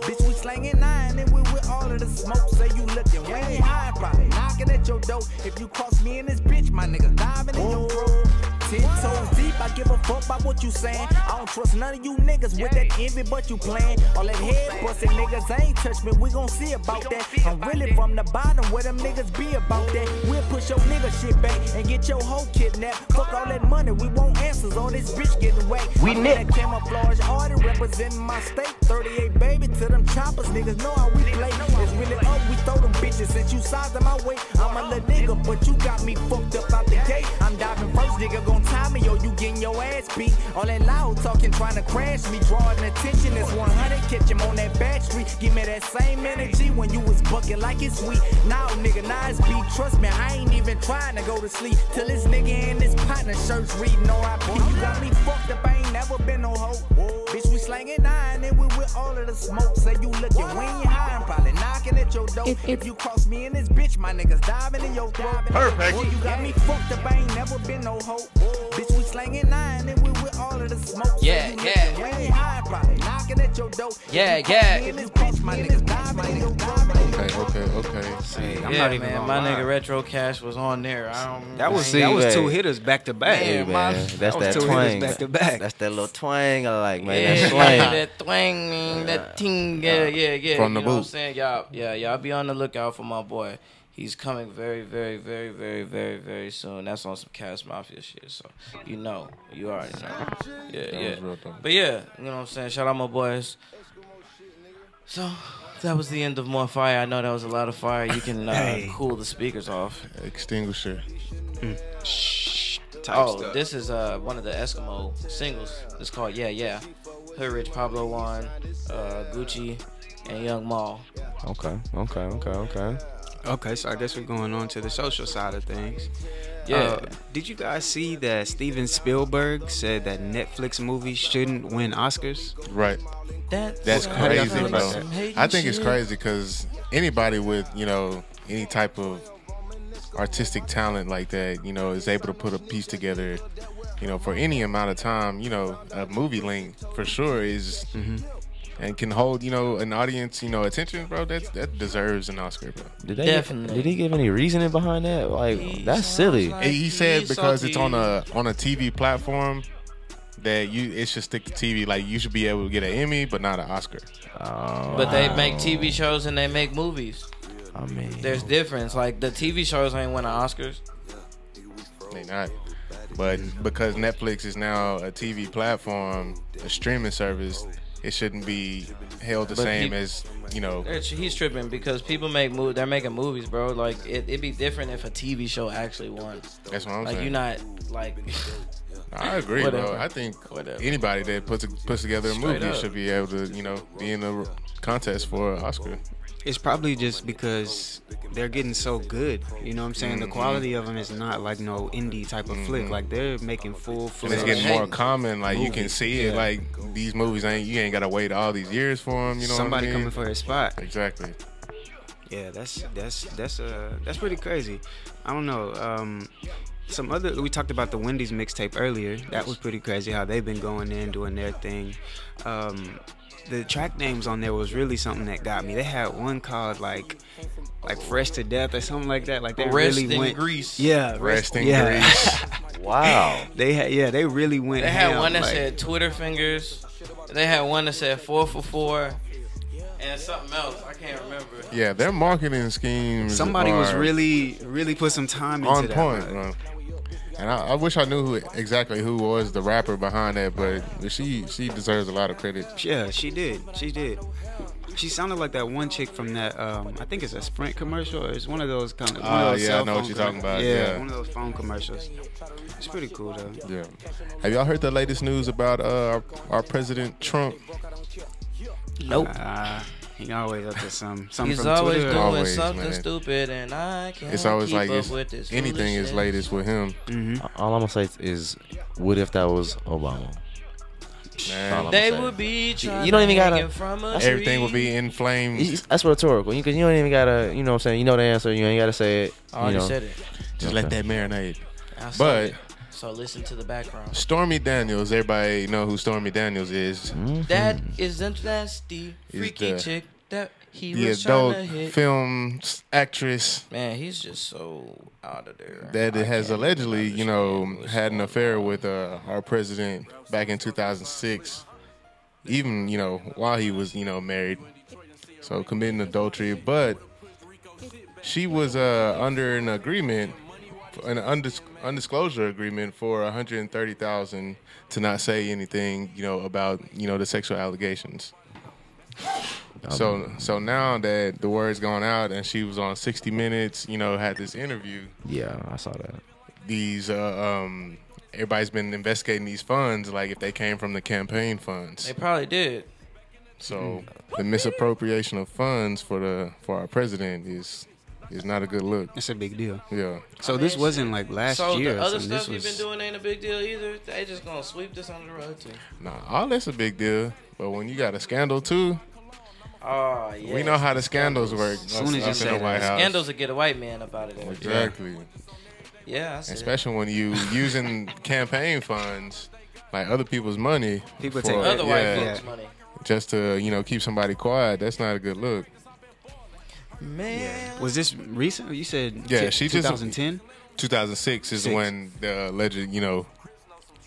[SPEAKER 7] Bitch, we slangin' iron and we with all of the smoke. Say you lookin' when you iron, probably knocking at your door. If you cross me in this bitch, my niggas diving in your throat. Ten toes deep, I give a fuck about what you saying. I don't trust none of you niggas with that envy, but you playing. All that head busting niggas ain't touch me, we gon' see about that. I'm really from the bottom where them niggas be about that. We'll push your nigga shit back and get your hoe kidnapped. Fuck all that money, we want answers, all this bitch getting whacked.
[SPEAKER 2] We
[SPEAKER 7] I'm
[SPEAKER 2] nick.
[SPEAKER 7] that camouflage artist representing my state. 38 baby to them choppers, niggas know how we play. It's really up, we throw them bitches since you sized them my way. I'm a little nigga, but you got me fucked up out the gate. I'm diving first, nigga, gon' time me, yo, you getting your ass beat. All that loud talking, trying to crash me, drawing attention. It's 100, catch him on that battery. Give me that same energy when you was bucking like it's sweet. Now, nigga, now it's beat. Trust me, I ain't even trying to go to sleep till this nigga in this partner shirts reading R.I.P. You got me fucked up, I ain't never been no hoe. Bitch, we slangin' iron and we with all of the smoke. Say you lookin' when you iron, probably knocking at your door. If you cross me in this bitch, my niggas diving in your throat.
[SPEAKER 12] Perfect.
[SPEAKER 7] Boy, you got me fucked up, I ain't never been no hoe. Bitch, we slangin' iron and we with all of the smoke. Say
[SPEAKER 6] Yeah,
[SPEAKER 7] you
[SPEAKER 6] yeah.
[SPEAKER 7] lookin' When you iron, probably knocking at your door. If
[SPEAKER 6] Yeah,
[SPEAKER 7] you cross
[SPEAKER 6] yeah.
[SPEAKER 7] me in this bitch, my niggas diving in your throat.
[SPEAKER 8] Okay, okay, okay.
[SPEAKER 1] I'm
[SPEAKER 6] yeah,
[SPEAKER 1] not even
[SPEAKER 6] man.
[SPEAKER 1] gonna
[SPEAKER 6] My
[SPEAKER 1] lie.
[SPEAKER 6] nigga Retro Cash was on there. I don't.
[SPEAKER 1] That was
[SPEAKER 6] I
[SPEAKER 1] that
[SPEAKER 6] ain't-
[SPEAKER 1] was two hitters back to back. (laughs)
[SPEAKER 6] Yeah, Man, my- man.
[SPEAKER 3] That's
[SPEAKER 1] that was
[SPEAKER 3] that
[SPEAKER 1] two
[SPEAKER 3] twang.
[SPEAKER 1] hitters back to back.
[SPEAKER 3] That's that little twang I like, man.
[SPEAKER 6] Yeah, (laughs)
[SPEAKER 3] that slang.
[SPEAKER 6] that twang, man, that ting, yeah, yeah, yeah.
[SPEAKER 3] From
[SPEAKER 6] you
[SPEAKER 3] the
[SPEAKER 6] know what I'm
[SPEAKER 3] boot.
[SPEAKER 6] saying, y'all, yeah, y'all be on the lookout for my boy. He's coming very, very, very, very, very, very soon. That's on some Cash Mafia shit, so you know, you already know. Yeah,
[SPEAKER 8] That
[SPEAKER 6] yeah.
[SPEAKER 8] was real though.
[SPEAKER 6] but yeah, you know what I'm saying. Shout out my boys. So that was the end of more fire. I know that was a lot of fire. You can uh,
[SPEAKER 8] Hey.
[SPEAKER 6] cool the speakers off.
[SPEAKER 8] Extinguisher.
[SPEAKER 1] Type
[SPEAKER 6] Oh,
[SPEAKER 1] stuff.
[SPEAKER 6] this is uh one of the Eskimo singles. It's called Yeah Yeah. Hood Rich, Pablo Juan, uh, Gucci, and Young Maul.
[SPEAKER 3] Okay, okay, okay, okay.
[SPEAKER 1] Okay, so I guess we're going on to the social side of things. Uh,
[SPEAKER 6] Yeah.
[SPEAKER 1] did you guys see that Steven Spielberg said that Netflix movies shouldn't win Oscars?
[SPEAKER 8] Right.
[SPEAKER 6] That's,
[SPEAKER 8] That's
[SPEAKER 1] How do y'all
[SPEAKER 8] crazy,
[SPEAKER 1] feel about
[SPEAKER 8] bro.
[SPEAKER 1] that?
[SPEAKER 8] I think it's
[SPEAKER 1] Shit.
[SPEAKER 8] crazy because anybody with you know any type of artistic talent like that, you know, is able to put a piece together, you know, for any amount of time. You know, a movie link for sure is and can hold you know an audience you know attention, bro. That that deserves an Oscar, bro.
[SPEAKER 3] Did they Did he give any reasoning behind that? Like that's silly.
[SPEAKER 8] And he said because it's on a on a TV platform that you it should stick to TV. Like you should be able to get an Emmy, but not an Oscar.
[SPEAKER 6] But they make TV shows and they make movies.
[SPEAKER 3] I mean,
[SPEAKER 6] There's difference. Like the TV shows ain't winning Oscars.
[SPEAKER 8] They not. But because Netflix is now a TV platform, a streaming service, it shouldn't be held the
[SPEAKER 6] But
[SPEAKER 8] same
[SPEAKER 6] peop-
[SPEAKER 8] as you know.
[SPEAKER 6] They're- He's tripping because people make mov- They're making movies, bro. Like it, it'd be different if a TV show actually won.
[SPEAKER 8] That's what I'm
[SPEAKER 6] like,
[SPEAKER 8] saying.
[SPEAKER 6] you're not like. (laughs)
[SPEAKER 8] I agree,
[SPEAKER 6] Whatever.
[SPEAKER 8] bro. I think anybody that puts puts together a
[SPEAKER 6] Straight
[SPEAKER 8] movie
[SPEAKER 6] up.
[SPEAKER 8] should be able to you know be in the contest for an Oscar.
[SPEAKER 1] It's probably just because they're getting so good. You know what I'm saying? The
[SPEAKER 8] Mhm.
[SPEAKER 1] quality of them is not like no indie type of flick.
[SPEAKER 8] Mhm.
[SPEAKER 1] Like they're making full
[SPEAKER 8] And it's
[SPEAKER 1] fledged
[SPEAKER 8] getting more common. Like you can
[SPEAKER 1] movies.
[SPEAKER 8] see it.
[SPEAKER 1] Yeah.
[SPEAKER 8] Like these movies ain't you ain't gotta wait all these years for them. You know,
[SPEAKER 1] Somebody
[SPEAKER 8] what I mean?
[SPEAKER 1] coming for his spot.
[SPEAKER 8] Exactly.
[SPEAKER 1] Yeah, that's that's that's uh that's pretty crazy. I don't know. Um some other we talked about the Wendy's mixtape earlier. That was pretty crazy how they've been going in doing their thing. Um the track names on there was really something that got me. They had one called like like Fresh to Death or something like that. Like they
[SPEAKER 6] Rest
[SPEAKER 1] really
[SPEAKER 6] in
[SPEAKER 1] went
[SPEAKER 6] Grease.
[SPEAKER 1] Yeah,
[SPEAKER 8] Rest in
[SPEAKER 1] yeah. (laughs)
[SPEAKER 8] Grease.
[SPEAKER 3] Wow.
[SPEAKER 1] They had yeah, they really went
[SPEAKER 6] They had
[SPEAKER 1] ham,
[SPEAKER 6] one that
[SPEAKER 1] like-
[SPEAKER 6] said Twitter fingers. They had one that said four for four, and something else. I can't remember.
[SPEAKER 8] Yeah, their marketing schemes.
[SPEAKER 1] Somebody was
[SPEAKER 8] are
[SPEAKER 1] really, really put some time into
[SPEAKER 8] on
[SPEAKER 1] that.
[SPEAKER 8] point,
[SPEAKER 1] bro.
[SPEAKER 8] bro. And I, I wish I knew who exactly who was the rapper behind that, but she she deserves a lot of credit.
[SPEAKER 1] Yeah, she did. She did. She sounded like that one chick from that. Um, I think it's a Sprint commercial. Or it's one of those kind of. one
[SPEAKER 8] Ah,
[SPEAKER 1] of those
[SPEAKER 8] yeah, I
[SPEAKER 1] cell
[SPEAKER 8] know what
[SPEAKER 1] phone
[SPEAKER 8] you're talking
[SPEAKER 1] commer-
[SPEAKER 8] about, yeah.
[SPEAKER 1] one of those phone commercials. It's pretty cool though.
[SPEAKER 8] Yeah. Have y'all heard the latest news about uh, our, our president Trump?
[SPEAKER 6] Nope.
[SPEAKER 1] Uh, he always up to
[SPEAKER 6] (laughs)
[SPEAKER 1] some. Something
[SPEAKER 6] He's
[SPEAKER 1] from
[SPEAKER 6] always
[SPEAKER 1] Twitter.
[SPEAKER 6] doing
[SPEAKER 8] Always,
[SPEAKER 6] something
[SPEAKER 8] man.
[SPEAKER 6] stupid, and I can't.
[SPEAKER 8] It's always
[SPEAKER 6] keep
[SPEAKER 8] like
[SPEAKER 6] up
[SPEAKER 8] it's,
[SPEAKER 6] with this
[SPEAKER 8] anything is
[SPEAKER 6] foolishness.
[SPEAKER 8] latest with him.
[SPEAKER 3] All I'm gonna say is, what if that was Obama?
[SPEAKER 8] Man.
[SPEAKER 3] All I'ma
[SPEAKER 6] They
[SPEAKER 3] say.
[SPEAKER 6] would be. Trying
[SPEAKER 3] You don't even
[SPEAKER 6] to hang
[SPEAKER 3] gotta-
[SPEAKER 6] it From a
[SPEAKER 8] Everything will
[SPEAKER 6] tree.
[SPEAKER 8] be in
[SPEAKER 3] You-
[SPEAKER 8] flames.
[SPEAKER 6] (laughs)
[SPEAKER 3] That's rhetorical. You, 'cause you don't even gotta, you know what I'm saying? You know the answer. You ain't gotta say it.
[SPEAKER 6] Oh, I already
[SPEAKER 3] you know.
[SPEAKER 6] said it.
[SPEAKER 8] Just let that marinate.
[SPEAKER 6] I said
[SPEAKER 8] But
[SPEAKER 6] it. so listen to the background.
[SPEAKER 8] Stormy Daniels, everybody know who Stormy Daniels is.
[SPEAKER 6] That is the nasty
[SPEAKER 8] Is
[SPEAKER 6] freaky
[SPEAKER 8] the-
[SPEAKER 6] chick that he
[SPEAKER 8] The
[SPEAKER 6] was trying
[SPEAKER 8] adult
[SPEAKER 6] to hit.
[SPEAKER 8] film s- actress
[SPEAKER 6] Man, he's just so out of there.
[SPEAKER 8] that
[SPEAKER 6] I
[SPEAKER 8] it has
[SPEAKER 6] can't
[SPEAKER 8] allegedly, you
[SPEAKER 6] understand
[SPEAKER 8] know,
[SPEAKER 6] what's
[SPEAKER 8] had an
[SPEAKER 6] going
[SPEAKER 8] affair with uh, our president back in 2006, even, you know, while he was, you know, married. So committing adultery, but she was uh, under an agreement, an undis- undisclosure agreement for 130,000 to not say anything, you know, about, you know, the sexual allegations. So so now that the word's gone out and she was on 60 Minutes, you know, had this interview
[SPEAKER 3] Yeah, I saw that.
[SPEAKER 8] these uh, um everybody's been investigating these funds like if they came from the campaign funds
[SPEAKER 6] They probably did.
[SPEAKER 8] so
[SPEAKER 1] Mm-hmm.
[SPEAKER 8] the misappropriation of funds for the for our president is is not a good look
[SPEAKER 1] It's a big deal.
[SPEAKER 8] yeah
[SPEAKER 1] So this wasn't like last
[SPEAKER 6] so
[SPEAKER 1] year.
[SPEAKER 6] the
[SPEAKER 1] or
[SPEAKER 6] other
[SPEAKER 1] something. This
[SPEAKER 6] stuff you've been
[SPEAKER 1] was-
[SPEAKER 6] doing ain't a big deal either. They just gonna sweep this under the rug too.
[SPEAKER 8] nah all that's a big deal but when you got a scandal too
[SPEAKER 6] Oh yeah.
[SPEAKER 8] we know how the scandals work
[SPEAKER 1] Soon as you
[SPEAKER 8] up
[SPEAKER 1] say
[SPEAKER 8] in the
[SPEAKER 1] that,
[SPEAKER 8] white house
[SPEAKER 6] scandals will get a white man up out of there.
[SPEAKER 8] exactly
[SPEAKER 6] Yeah, I see.
[SPEAKER 8] especially when you using (laughs) campaign funds like other people's money
[SPEAKER 1] People
[SPEAKER 8] for-
[SPEAKER 1] take
[SPEAKER 6] other white
[SPEAKER 8] yeah,
[SPEAKER 6] folks' money.
[SPEAKER 8] just to you know keep somebody quiet that's not a good look
[SPEAKER 6] Man,
[SPEAKER 1] Was this recent? You said
[SPEAKER 8] Yeah,
[SPEAKER 1] t-
[SPEAKER 8] she just-
[SPEAKER 1] 2010.
[SPEAKER 8] 2006 is
[SPEAKER 1] Six.
[SPEAKER 8] when the alleged, you know,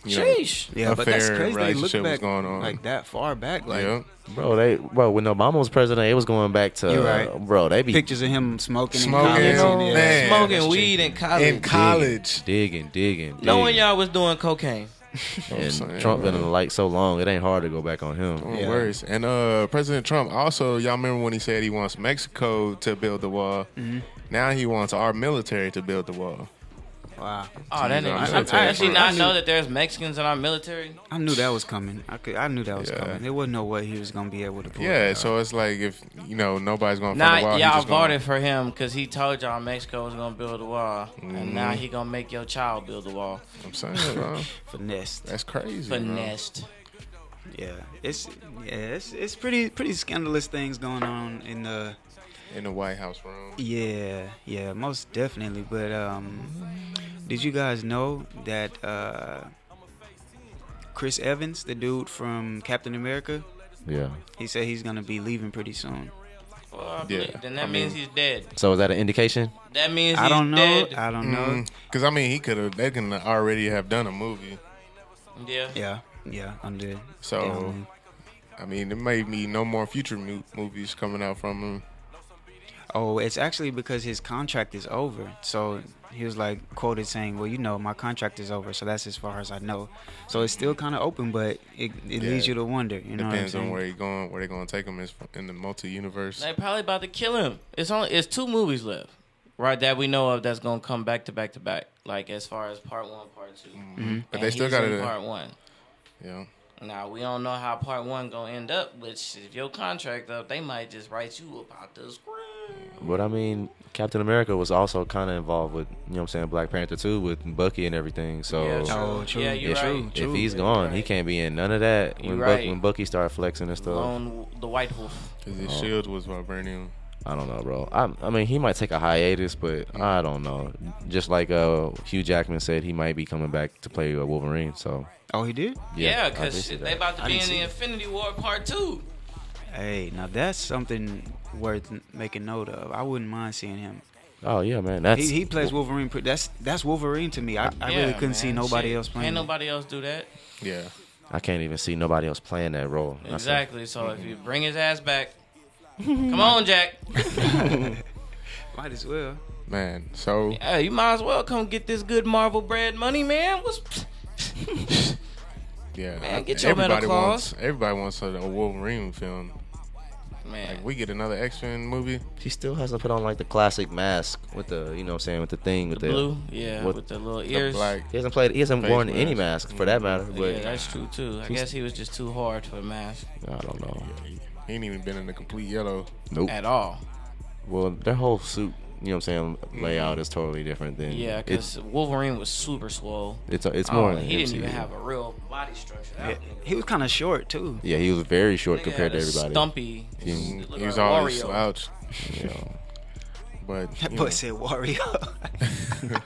[SPEAKER 8] you know,
[SPEAKER 6] sheesh.
[SPEAKER 1] Yeah, but that's
[SPEAKER 8] affair
[SPEAKER 1] crazy. They look
[SPEAKER 8] relationship was
[SPEAKER 1] back
[SPEAKER 8] going on.
[SPEAKER 1] like that far back. Like
[SPEAKER 8] yeah,
[SPEAKER 3] Bro, they bro when Obama was president, it was going back to
[SPEAKER 1] You're right.
[SPEAKER 3] uh, bro. They be
[SPEAKER 1] pictures of him smoking,
[SPEAKER 8] Smoking,
[SPEAKER 1] in college. and-
[SPEAKER 8] man.
[SPEAKER 6] Smoking weed in college.
[SPEAKER 8] in college.
[SPEAKER 3] digging, digging, digging.
[SPEAKER 6] Knowing y'all was doing cocaine.
[SPEAKER 3] and
[SPEAKER 8] saying,
[SPEAKER 3] Trump been
[SPEAKER 8] bro.
[SPEAKER 3] in the light so long, it ain't hard to go back on him.
[SPEAKER 8] Or
[SPEAKER 1] Yeah.
[SPEAKER 8] Oh, Worse. And uh, President Trump also, y'all remember when he said he wants Mexico to build the wall?
[SPEAKER 1] Mm-hmm.
[SPEAKER 8] Now he wants our military to build the wall.
[SPEAKER 1] Wow.
[SPEAKER 6] Oh, that
[SPEAKER 8] He's on
[SPEAKER 6] nigga.
[SPEAKER 8] military
[SPEAKER 6] I, I actually
[SPEAKER 8] for-
[SPEAKER 6] not know that there's Mexicans in our military.
[SPEAKER 1] I knew that was coming. I could. I knew that was
[SPEAKER 8] Yeah.
[SPEAKER 1] coming. There wasn't no way he was gonna be able to pull.
[SPEAKER 8] Yeah,
[SPEAKER 1] it out.
[SPEAKER 8] so it's like if you know nobody's gonna
[SPEAKER 6] Now
[SPEAKER 8] find the wall, he
[SPEAKER 6] y'all
[SPEAKER 8] just gonna-
[SPEAKER 6] voted for him because he told y'all Mexico was gonna build a wall,
[SPEAKER 8] Mm-hmm.
[SPEAKER 6] and now he gonna make your child build a wall.
[SPEAKER 8] I'm saying, bro,
[SPEAKER 1] finessed.
[SPEAKER 8] that's crazy. bro.
[SPEAKER 6] Finessed.
[SPEAKER 1] Yeah, it's yeah, it's it's pretty pretty scandalous things going on in the
[SPEAKER 8] In the White House room.
[SPEAKER 1] yeah yeah most definitely. But um, did you guys know that uh, Chris Evans, the dude from Captain America,
[SPEAKER 3] Yeah.
[SPEAKER 1] He said he's gonna be leaving pretty soon.
[SPEAKER 6] Well, I believe- Then that means he's dead.
[SPEAKER 3] So is that an indication?
[SPEAKER 6] That means
[SPEAKER 1] I
[SPEAKER 6] he's
[SPEAKER 1] don't know.
[SPEAKER 6] dead.
[SPEAKER 1] I don't know.
[SPEAKER 8] Because Mm-hmm. I mean, he could have. They can already have done a movie.
[SPEAKER 6] Yeah.
[SPEAKER 1] Yeah, yeah, I'm dead.
[SPEAKER 8] So,
[SPEAKER 1] Yeah, I'm dead.
[SPEAKER 8] I mean, there may be no more future mo- movies coming out from him.
[SPEAKER 1] Oh, it's actually because his contract is over. So he was like quoted saying, "Well, you know, my contract is over, so that's as far as I know." So it's still kind of open, but it, it
[SPEAKER 8] Yeah,
[SPEAKER 1] leads you to wonder. You know, what I'm
[SPEAKER 8] Depends on
[SPEAKER 1] saying?
[SPEAKER 8] where he going, where they going to take him is in the multi universe.
[SPEAKER 6] They probably about to kill him. It's only it's two movies left, right? That we know of that's gonna come back to back to back. Like as far as part one, part 2
[SPEAKER 1] Mm-hmm.
[SPEAKER 8] Mhm. But they
[SPEAKER 6] And
[SPEAKER 8] still
[SPEAKER 6] he's
[SPEAKER 8] gotta
[SPEAKER 6] in
[SPEAKER 8] do-
[SPEAKER 6] part one.
[SPEAKER 8] Yeah.
[SPEAKER 6] Now we don't know how part one gonna end up. Which if your contract up, they might just write you about the screen.
[SPEAKER 3] But I mean, Captain America was also kind of involved with, you know what I'm saying, Black Panther 2 with Bucky and everything. So
[SPEAKER 6] Yeah, true. Oh, true. Yeah, you're
[SPEAKER 3] if,
[SPEAKER 6] right.
[SPEAKER 3] if
[SPEAKER 6] True.
[SPEAKER 3] he's gone, he can't be in none of that.
[SPEAKER 6] You're
[SPEAKER 3] When,
[SPEAKER 6] right.
[SPEAKER 3] Buck, when Bucky started flexing and stuff.
[SPEAKER 6] Lone, the White Wolf.
[SPEAKER 8] Because his
[SPEAKER 3] Oh.
[SPEAKER 8] shield was vibranium.
[SPEAKER 3] I don't know, bro. I, I mean, he might take a hiatus, but I don't know. Just like uh, Hugh Jackman said, he might be coming back to play uh, Wolverine. So
[SPEAKER 1] Oh, he did.
[SPEAKER 6] Yeah,
[SPEAKER 3] I did
[SPEAKER 6] because
[SPEAKER 3] see
[SPEAKER 6] they
[SPEAKER 3] that.
[SPEAKER 6] about to
[SPEAKER 1] I
[SPEAKER 6] be
[SPEAKER 1] didn't
[SPEAKER 6] in
[SPEAKER 1] see
[SPEAKER 6] the
[SPEAKER 1] it.
[SPEAKER 6] Infinity War part two.
[SPEAKER 1] Hey, now that's something worth n- making note of. I wouldn't mind seeing him.
[SPEAKER 3] Oh yeah, man. That's
[SPEAKER 1] he, he plays Wolverine. pre- That's that's Wolverine to me. I, I
[SPEAKER 6] Yeah,
[SPEAKER 1] really couldn't see
[SPEAKER 6] man,
[SPEAKER 1] nobody
[SPEAKER 6] shit.
[SPEAKER 1] else playing.
[SPEAKER 6] Can't
[SPEAKER 1] it.
[SPEAKER 6] nobody else do that.
[SPEAKER 8] Yeah.
[SPEAKER 3] I can't even see nobody else playing that role. I said,
[SPEAKER 6] Exactly. So if you
[SPEAKER 1] Mm-hmm.
[SPEAKER 6] bring his
[SPEAKER 1] (laughs)
[SPEAKER 6] ass back, come on, Jack.
[SPEAKER 1] Might as well.
[SPEAKER 8] Man. So,
[SPEAKER 6] Hey, you might as well come get this good Marvel bread money, man. What's (laughs)
[SPEAKER 8] yeah.
[SPEAKER 6] Man,
[SPEAKER 8] I-
[SPEAKER 6] get your metal
[SPEAKER 8] everybody wants,
[SPEAKER 6] claws.
[SPEAKER 8] everybody wants a, a Wolverine film.
[SPEAKER 6] man?
[SPEAKER 8] Like, we get another X Men movie.
[SPEAKER 3] She still has to put on like the classic mask with the, you know, what I'm saying with the thing with the,
[SPEAKER 6] Blue, yeah,
[SPEAKER 3] What-
[SPEAKER 6] with the little
[SPEAKER 8] The
[SPEAKER 6] ears.
[SPEAKER 8] black.
[SPEAKER 3] He hasn't played. He hasn't
[SPEAKER 8] Face
[SPEAKER 3] worn any
[SPEAKER 8] mask.
[SPEAKER 3] mask for that matter. But
[SPEAKER 6] yeah, that's true too. I guess he was just too hard for a mask
[SPEAKER 3] I don't know.
[SPEAKER 8] He ain't even been in the complete yellow.
[SPEAKER 3] Nope.
[SPEAKER 6] at all.
[SPEAKER 3] Well, their whole suit, you know, what I'm saying layout is totally different than.
[SPEAKER 6] Yeah,
[SPEAKER 3] it's
[SPEAKER 6] because Wolverine was super swole.
[SPEAKER 3] it's it's
[SPEAKER 6] I
[SPEAKER 3] more.
[SPEAKER 6] don't-
[SPEAKER 3] in
[SPEAKER 6] Oh, he
[SPEAKER 3] the
[SPEAKER 6] didn't even
[SPEAKER 3] MCU.
[SPEAKER 6] have a real body structure. That nigga-
[SPEAKER 1] He was kind of short too.
[SPEAKER 3] Yeah, he was very short
[SPEAKER 6] nigga
[SPEAKER 3] compared
[SPEAKER 6] had
[SPEAKER 3] to
[SPEAKER 6] a
[SPEAKER 3] everybody.
[SPEAKER 6] Stumpy.
[SPEAKER 3] He-
[SPEAKER 6] He
[SPEAKER 8] He was
[SPEAKER 6] like
[SPEAKER 8] always
[SPEAKER 6] Wario.
[SPEAKER 8] slouched.
[SPEAKER 3] You know.
[SPEAKER 8] But,
[SPEAKER 1] That
[SPEAKER 8] you
[SPEAKER 1] boy
[SPEAKER 8] know,
[SPEAKER 1] said Wario.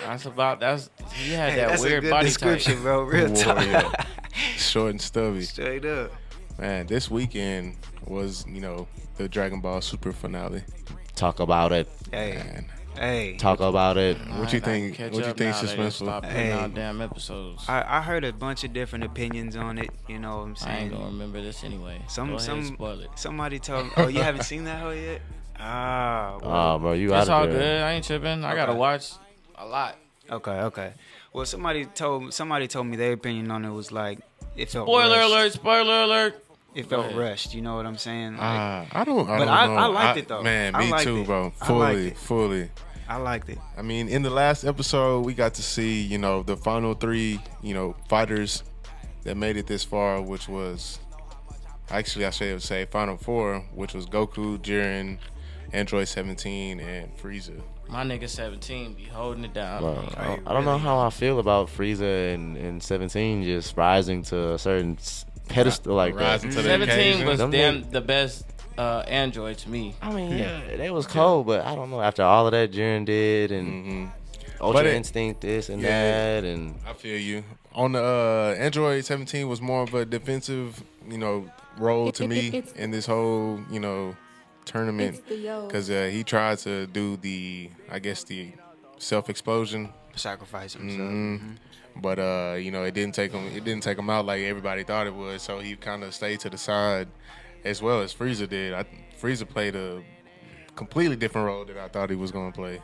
[SPEAKER 6] That's about. That's he
[SPEAKER 1] (laughs)
[SPEAKER 6] had
[SPEAKER 1] Hey,
[SPEAKER 6] that
[SPEAKER 1] that's
[SPEAKER 6] weird
[SPEAKER 1] a good
[SPEAKER 6] body
[SPEAKER 1] description,
[SPEAKER 6] type.
[SPEAKER 1] bro. Real talk. (laughs)
[SPEAKER 8] Wario. (laughs) Short and stubby.
[SPEAKER 1] Straight up.
[SPEAKER 8] Man, this weekend was, you know, the Dragon Ball Super finale.
[SPEAKER 3] Talk about it.
[SPEAKER 1] Hey,
[SPEAKER 8] Man,
[SPEAKER 1] hey.
[SPEAKER 3] Talk about it.
[SPEAKER 8] what you
[SPEAKER 6] Alright, I
[SPEAKER 8] think?
[SPEAKER 6] can catch
[SPEAKER 8] What you
[SPEAKER 6] up
[SPEAKER 8] think?
[SPEAKER 6] now. They done stopped
[SPEAKER 8] Suspenseful.
[SPEAKER 6] putting
[SPEAKER 1] Hey.
[SPEAKER 6] out damn episodes.
[SPEAKER 1] I, I heard a bunch of different opinions on it. You know what I'm
[SPEAKER 6] I ain't
[SPEAKER 1] saying?
[SPEAKER 6] gonna remember this anyway.
[SPEAKER 1] Some-
[SPEAKER 6] Go ahead and
[SPEAKER 1] some-
[SPEAKER 6] spoil it. (laughs)
[SPEAKER 1] Somebody told me, oh, you haven't seen that hoe yet?
[SPEAKER 6] Uh,
[SPEAKER 1] Ah,
[SPEAKER 3] Oh, bro, you out
[SPEAKER 6] It's all
[SPEAKER 3] of there.
[SPEAKER 6] good. I ain't tripping. I gotta
[SPEAKER 1] Okay.
[SPEAKER 6] watch a lot.
[SPEAKER 1] okay, okay. Well, somebody told somebody told me their opinion on it was like it felt
[SPEAKER 6] Spoiler
[SPEAKER 1] rushed.
[SPEAKER 6] alert! Spoiler alert!
[SPEAKER 1] It
[SPEAKER 6] Go
[SPEAKER 1] felt
[SPEAKER 6] ahead. Uh,
[SPEAKER 1] rushed. You know what I'm saying? Like,
[SPEAKER 8] Ah, I don't. I
[SPEAKER 1] But
[SPEAKER 8] don't
[SPEAKER 1] I-
[SPEAKER 8] know.
[SPEAKER 1] I liked it, though.
[SPEAKER 8] Man,
[SPEAKER 1] I
[SPEAKER 8] me
[SPEAKER 1] liked
[SPEAKER 8] too,
[SPEAKER 1] it.
[SPEAKER 8] bro.
[SPEAKER 1] I liked
[SPEAKER 8] Fully,
[SPEAKER 1] it.
[SPEAKER 8] fully.
[SPEAKER 1] I liked it.
[SPEAKER 8] I mean, in the last episode, we got to see, you know, the final three, you know, fighters that made it this far, which was actually I should say final four, which was Goku, Jiren, Android 17, and Frieza.
[SPEAKER 6] My nigga 17 be holding it down.
[SPEAKER 3] Bro, I, don't- I don't know
[SPEAKER 1] really-
[SPEAKER 3] how I feel about Frieza and, and 17 just rising to a certain s- pedestal like
[SPEAKER 8] Rising
[SPEAKER 1] Mm-hmm.
[SPEAKER 3] that.
[SPEAKER 8] to the
[SPEAKER 6] 17
[SPEAKER 8] occasion.
[SPEAKER 6] was
[SPEAKER 3] Them
[SPEAKER 6] damn the best uh, android to me.
[SPEAKER 3] I mean, yeah, they was cold, but I don't know. After all of that Jiren did and Ultra
[SPEAKER 8] Mm-hmm. But it-
[SPEAKER 3] Instinct this and
[SPEAKER 8] Yeah.
[SPEAKER 3] that and
[SPEAKER 8] I feel you. On the uh, Android 17 was more of a defensive, you know, role to me in this whole, you know, tournament because uh, he tried to do the, I guess the self explosion,
[SPEAKER 1] Sacrifice himself.
[SPEAKER 6] mm.
[SPEAKER 8] Mm-hmm. but uh, you know, it didn't take him. It didn't take him out like everybody thought it would. So he kind of stayed to the side, as well as Frieza did. I, Frieza played a completely different role than I thought he was going to play.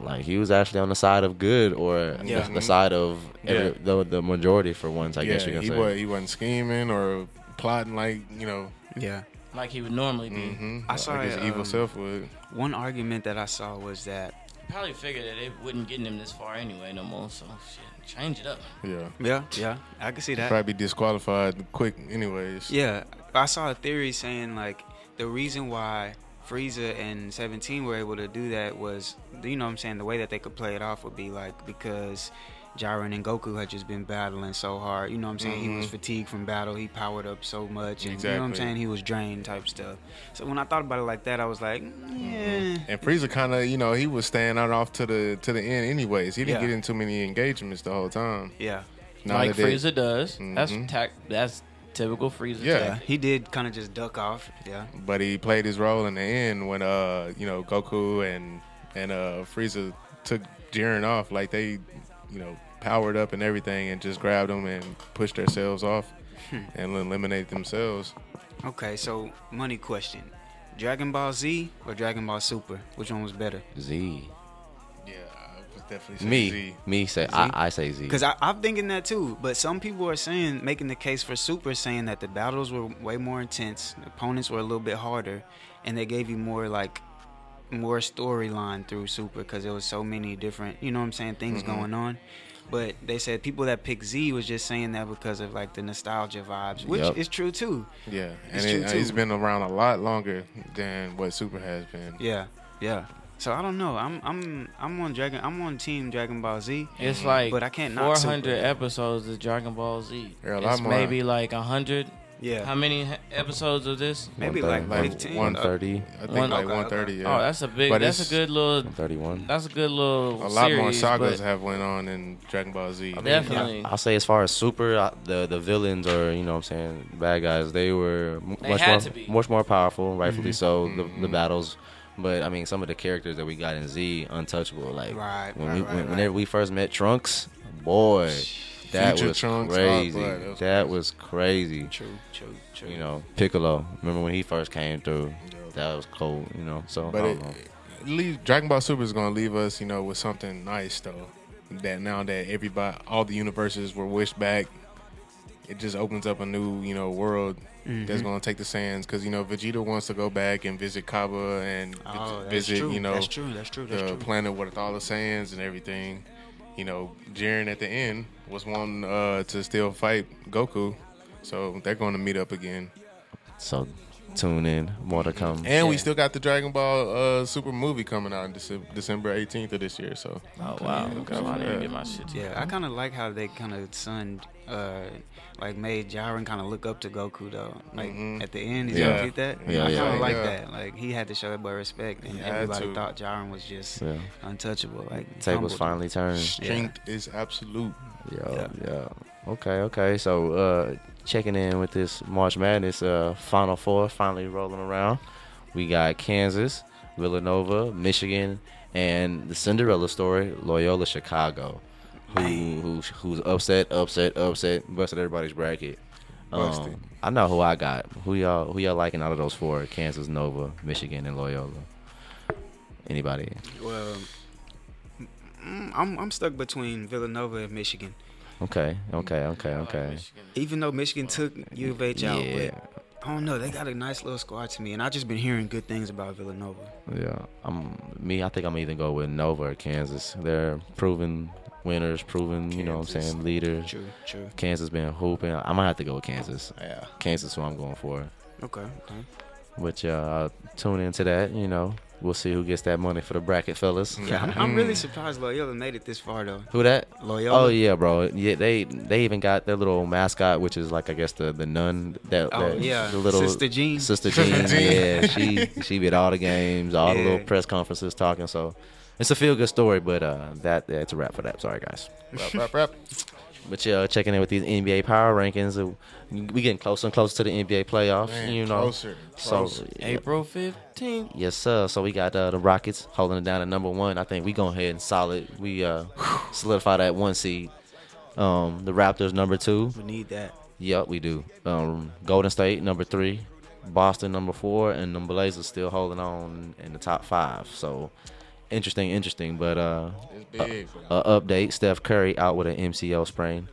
[SPEAKER 3] like he was actually on the side of good or
[SPEAKER 8] Yeah.
[SPEAKER 3] the, the side of every,
[SPEAKER 8] Yeah.
[SPEAKER 3] the, the majority for once. I
[SPEAKER 8] yeah,
[SPEAKER 3] guess you can
[SPEAKER 8] he
[SPEAKER 3] say.
[SPEAKER 8] was. He wasn't scheming or plotting like you know.
[SPEAKER 1] Yeah.
[SPEAKER 6] Like he would normally be.
[SPEAKER 8] mhm,
[SPEAKER 1] I saw
[SPEAKER 8] like his
[SPEAKER 1] it,
[SPEAKER 8] evil
[SPEAKER 1] um,
[SPEAKER 8] self would.
[SPEAKER 1] One argument that I saw was that,
[SPEAKER 6] Probably figured that it wouldn't get him this far anyway no more. So shit, change it up.
[SPEAKER 8] Yeah.
[SPEAKER 1] yeah, yeah, I can see that.
[SPEAKER 8] Probably disqualified quick, anyways.
[SPEAKER 1] Yeah, I saw a theory saying like the reason why Frieza and Seventeen were able to do that was, you know, what I'm saying the way that they could play it off would be like because Jiren and Goku had just been battling so hard. You know, what I'm saying he was fatigued from battle. He powered up so much, and you know, what I'm
[SPEAKER 8] Exactly.
[SPEAKER 1] saying he was drained type stuff. So when I thought about it like that, I was like, "Mm, yeah,
[SPEAKER 8] And Frieza kind of, you know, he was staying out off to the to the end, anyways. He didn't
[SPEAKER 1] Yeah.
[SPEAKER 8] get in too many engagements the whole time.
[SPEAKER 1] yeah,
[SPEAKER 8] Now
[SPEAKER 6] like
[SPEAKER 8] that they-
[SPEAKER 6] Frieza does. That's
[SPEAKER 8] Mhm.
[SPEAKER 6] tac- that's Typical freezer.
[SPEAKER 8] Yeah.
[SPEAKER 6] tech.
[SPEAKER 1] He did kind of just duck off. Yeah.
[SPEAKER 8] but he played his role in the end when uh you know Goku and and uh Frieza took Jiren off like they you know powered up and everything and just grabbed them and pushed themselves off and eliminated themselves.
[SPEAKER 1] Okay, so money question. Dragon Ball Z or Dragon Ball Super? Which one was better?
[SPEAKER 3] Z.
[SPEAKER 8] Yeah, I was definitely
[SPEAKER 3] Me. Me say I, I say Z.
[SPEAKER 1] Because I'm thinking that too, but some people are saying, making the case for Super, saying that the battles were way more intense, the opponents were a little bit harder, and they gave you more like more storyline through Super because there was so many different, you know what I'm saying, things
[SPEAKER 8] Mm-hmm.
[SPEAKER 1] going on. But they said people that picked Z was just saying that because of like the nostalgia vibes, which
[SPEAKER 3] Yup.
[SPEAKER 1] is true too.
[SPEAKER 8] Yeah,
[SPEAKER 1] It's
[SPEAKER 8] and it,
[SPEAKER 1] true,
[SPEAKER 8] it's
[SPEAKER 1] too.
[SPEAKER 8] been around a lot longer than what Super has been.
[SPEAKER 1] Yeah, yeah. So I don't know. I'm I'm I'm on Dragon. I'm on Team Dragon Ball Z.
[SPEAKER 6] It's like
[SPEAKER 1] But I can't knock
[SPEAKER 6] 400
[SPEAKER 1] Super.
[SPEAKER 6] episodes of Dragon Ball Z.
[SPEAKER 8] Yeah, a lot
[SPEAKER 6] it's
[SPEAKER 8] more.
[SPEAKER 6] maybe like 100.
[SPEAKER 1] Yeah.
[SPEAKER 6] How many h- episodes of this?
[SPEAKER 1] Maybe
[SPEAKER 3] One
[SPEAKER 1] like
[SPEAKER 3] thirty- like
[SPEAKER 1] 15.
[SPEAKER 3] one thirty.
[SPEAKER 8] I think
[SPEAKER 6] One-
[SPEAKER 8] like
[SPEAKER 1] okay, okay.
[SPEAKER 8] 130. Yeah.
[SPEAKER 6] Oh, that's a big.
[SPEAKER 8] But
[SPEAKER 6] that's
[SPEAKER 8] it's-
[SPEAKER 6] a good little.
[SPEAKER 3] 31.
[SPEAKER 6] That's a good little.
[SPEAKER 8] a lot more
[SPEAKER 6] series,
[SPEAKER 8] sagas
[SPEAKER 6] but
[SPEAKER 8] have went on in Dragon Ball Z.
[SPEAKER 6] Definitely.
[SPEAKER 3] I'll say as far as super, I, the the villains or you know what I'm saying bad guys, they were m-
[SPEAKER 6] They
[SPEAKER 3] much
[SPEAKER 6] had
[SPEAKER 3] more
[SPEAKER 6] to be.
[SPEAKER 3] much more powerful, rightfully so. The, the battles, but I mean some of the characters that we got in Z, untouchable. Like
[SPEAKER 1] Right,
[SPEAKER 3] when
[SPEAKER 1] right,
[SPEAKER 3] we
[SPEAKER 1] right,
[SPEAKER 3] when,
[SPEAKER 1] right.
[SPEAKER 3] whenever we first met Trunks, boy, that
[SPEAKER 8] Future
[SPEAKER 3] was
[SPEAKER 8] Trunks, oh,
[SPEAKER 3] crazy.
[SPEAKER 8] boy, that was
[SPEAKER 3] that was crazy.
[SPEAKER 1] True, true, true.
[SPEAKER 3] You know, Piccolo. Remember when he first came through? That was cold. You know, so I
[SPEAKER 8] But
[SPEAKER 3] don't
[SPEAKER 8] it,
[SPEAKER 3] know.
[SPEAKER 8] it leave, Dragon Ball Super is gonna leave us, you know, with something nice though. That now that everybody, all the universes were wished back, it just opens up a new, you know, world
[SPEAKER 1] Mm-hmm.
[SPEAKER 8] that's gonna take the sands because you know Vegeta wants to go back and visit Kaba and vi-
[SPEAKER 1] Oh, that's
[SPEAKER 8] visit,
[SPEAKER 1] true.
[SPEAKER 8] you know,
[SPEAKER 1] that's true. That's true. That's
[SPEAKER 8] the
[SPEAKER 1] true.
[SPEAKER 8] planet with all the sands and everything. You know, Jiren at the end was wanting uh, to still fight Goku, so they're going to meet up again.
[SPEAKER 3] So tune in. More to come.
[SPEAKER 8] And we still got the Dragon Ball uh, Super movie coming out in Dece- December 18th of this year. So
[SPEAKER 6] Oh wow.
[SPEAKER 8] Look out
[SPEAKER 6] So I
[SPEAKER 8] for
[SPEAKER 6] need to
[SPEAKER 8] that.
[SPEAKER 6] get my shit. together.
[SPEAKER 1] yeah, I kind of like how they kind of sunned, uh, like made Jiren kind of look up to Goku though. Like at the end, did
[SPEAKER 8] Yeah.
[SPEAKER 1] y'all get that?
[SPEAKER 3] Yeah,
[SPEAKER 1] I
[SPEAKER 3] yeah,
[SPEAKER 1] kind of
[SPEAKER 3] yeah.
[SPEAKER 1] like
[SPEAKER 8] Yeah.
[SPEAKER 1] that. Like he had to show that boy respect, and
[SPEAKER 8] He had
[SPEAKER 1] everybody
[SPEAKER 8] to.
[SPEAKER 1] thought Jiren was just
[SPEAKER 3] Yeah.
[SPEAKER 1] untouchable. Like humbled.
[SPEAKER 3] Tables finally turned.
[SPEAKER 8] Uh, strength is absolute.
[SPEAKER 3] Yeah, yeah. Okay, okay. So uh checking in with this March Madness uh Final Four finally rolling around. We got Kansas, Villanova, Michigan, and the Cinderella story, Loyola Chicago. Who, who who's upset, upset, upset, busted everybody's bracket.
[SPEAKER 8] Busted.
[SPEAKER 3] Um, I know who I got. Who y'all who y'all liking out of those four? Kansas, Nova, Michigan, and Loyola. Anybody?
[SPEAKER 1] Well, mm, I'm I'm stuck between Villanova and Michigan.
[SPEAKER 3] Okay, okay, okay,
[SPEAKER 6] Oh,
[SPEAKER 3] okay.
[SPEAKER 1] Even though Michigan took U of H out,
[SPEAKER 3] Yeah.
[SPEAKER 1] but I don't know. They got a nice little squad to me, and I just been hearing good things about Villanova.
[SPEAKER 3] Yeah, I'm me. I think I'm either go with Nova or Kansas. They're proven winners, proven you know what I'm
[SPEAKER 8] Kansas.
[SPEAKER 3] saying leaders.
[SPEAKER 1] True, true.
[SPEAKER 3] Kansas been hooping. I might have to go with Kansas.
[SPEAKER 8] Yeah.
[SPEAKER 3] Kansas, who I'm going for.
[SPEAKER 1] Okay, okay.
[SPEAKER 3] Which uh, I'll tune into that. You know, we'll see who gets that money for the bracket, fellas.
[SPEAKER 1] Yeah, (laughs) I'm, I'm really surprised Loyola made it this far though.
[SPEAKER 3] Who that?
[SPEAKER 1] Loyola.
[SPEAKER 3] Oh yeah, bro. Yeah, they they even got their little mascot, which is like I guess the the nun that.
[SPEAKER 1] Oh,
[SPEAKER 3] that-
[SPEAKER 1] yeah.
[SPEAKER 3] the little
[SPEAKER 1] Sister Jean.
[SPEAKER 3] Sister
[SPEAKER 8] (laughs)
[SPEAKER 3] Jean.
[SPEAKER 8] Jean.
[SPEAKER 3] yeah, she she be at all the games, all the
[SPEAKER 1] Yeah.
[SPEAKER 3] little press conferences talking. So it's a feel good story, but uh, that that's a wrap for that. Sorry guys.
[SPEAKER 8] Rap, rap, rap.
[SPEAKER 3] But yeah, checking in with these NBA power rankings, Uh, we getting closer and closer to the NBA playoffs.
[SPEAKER 8] Man,
[SPEAKER 3] you know,
[SPEAKER 8] closer,
[SPEAKER 3] so
[SPEAKER 8] closer.
[SPEAKER 3] yeah.
[SPEAKER 6] (laughs) April 15th.
[SPEAKER 3] Yes, sir. So we got uh, the Rockets holding it down at number one. I think we going ahead and solid. We uh, solidify that one seed. Um, the Raptors number two.
[SPEAKER 1] We need that.
[SPEAKER 3] Yep, we do. Um, Golden State number three, Boston number four, and the Blazers still holding on in the top five. So interesting, interesting. But uh,
[SPEAKER 8] It's big.
[SPEAKER 3] uh update: Steph Curry out with an MCL sprain.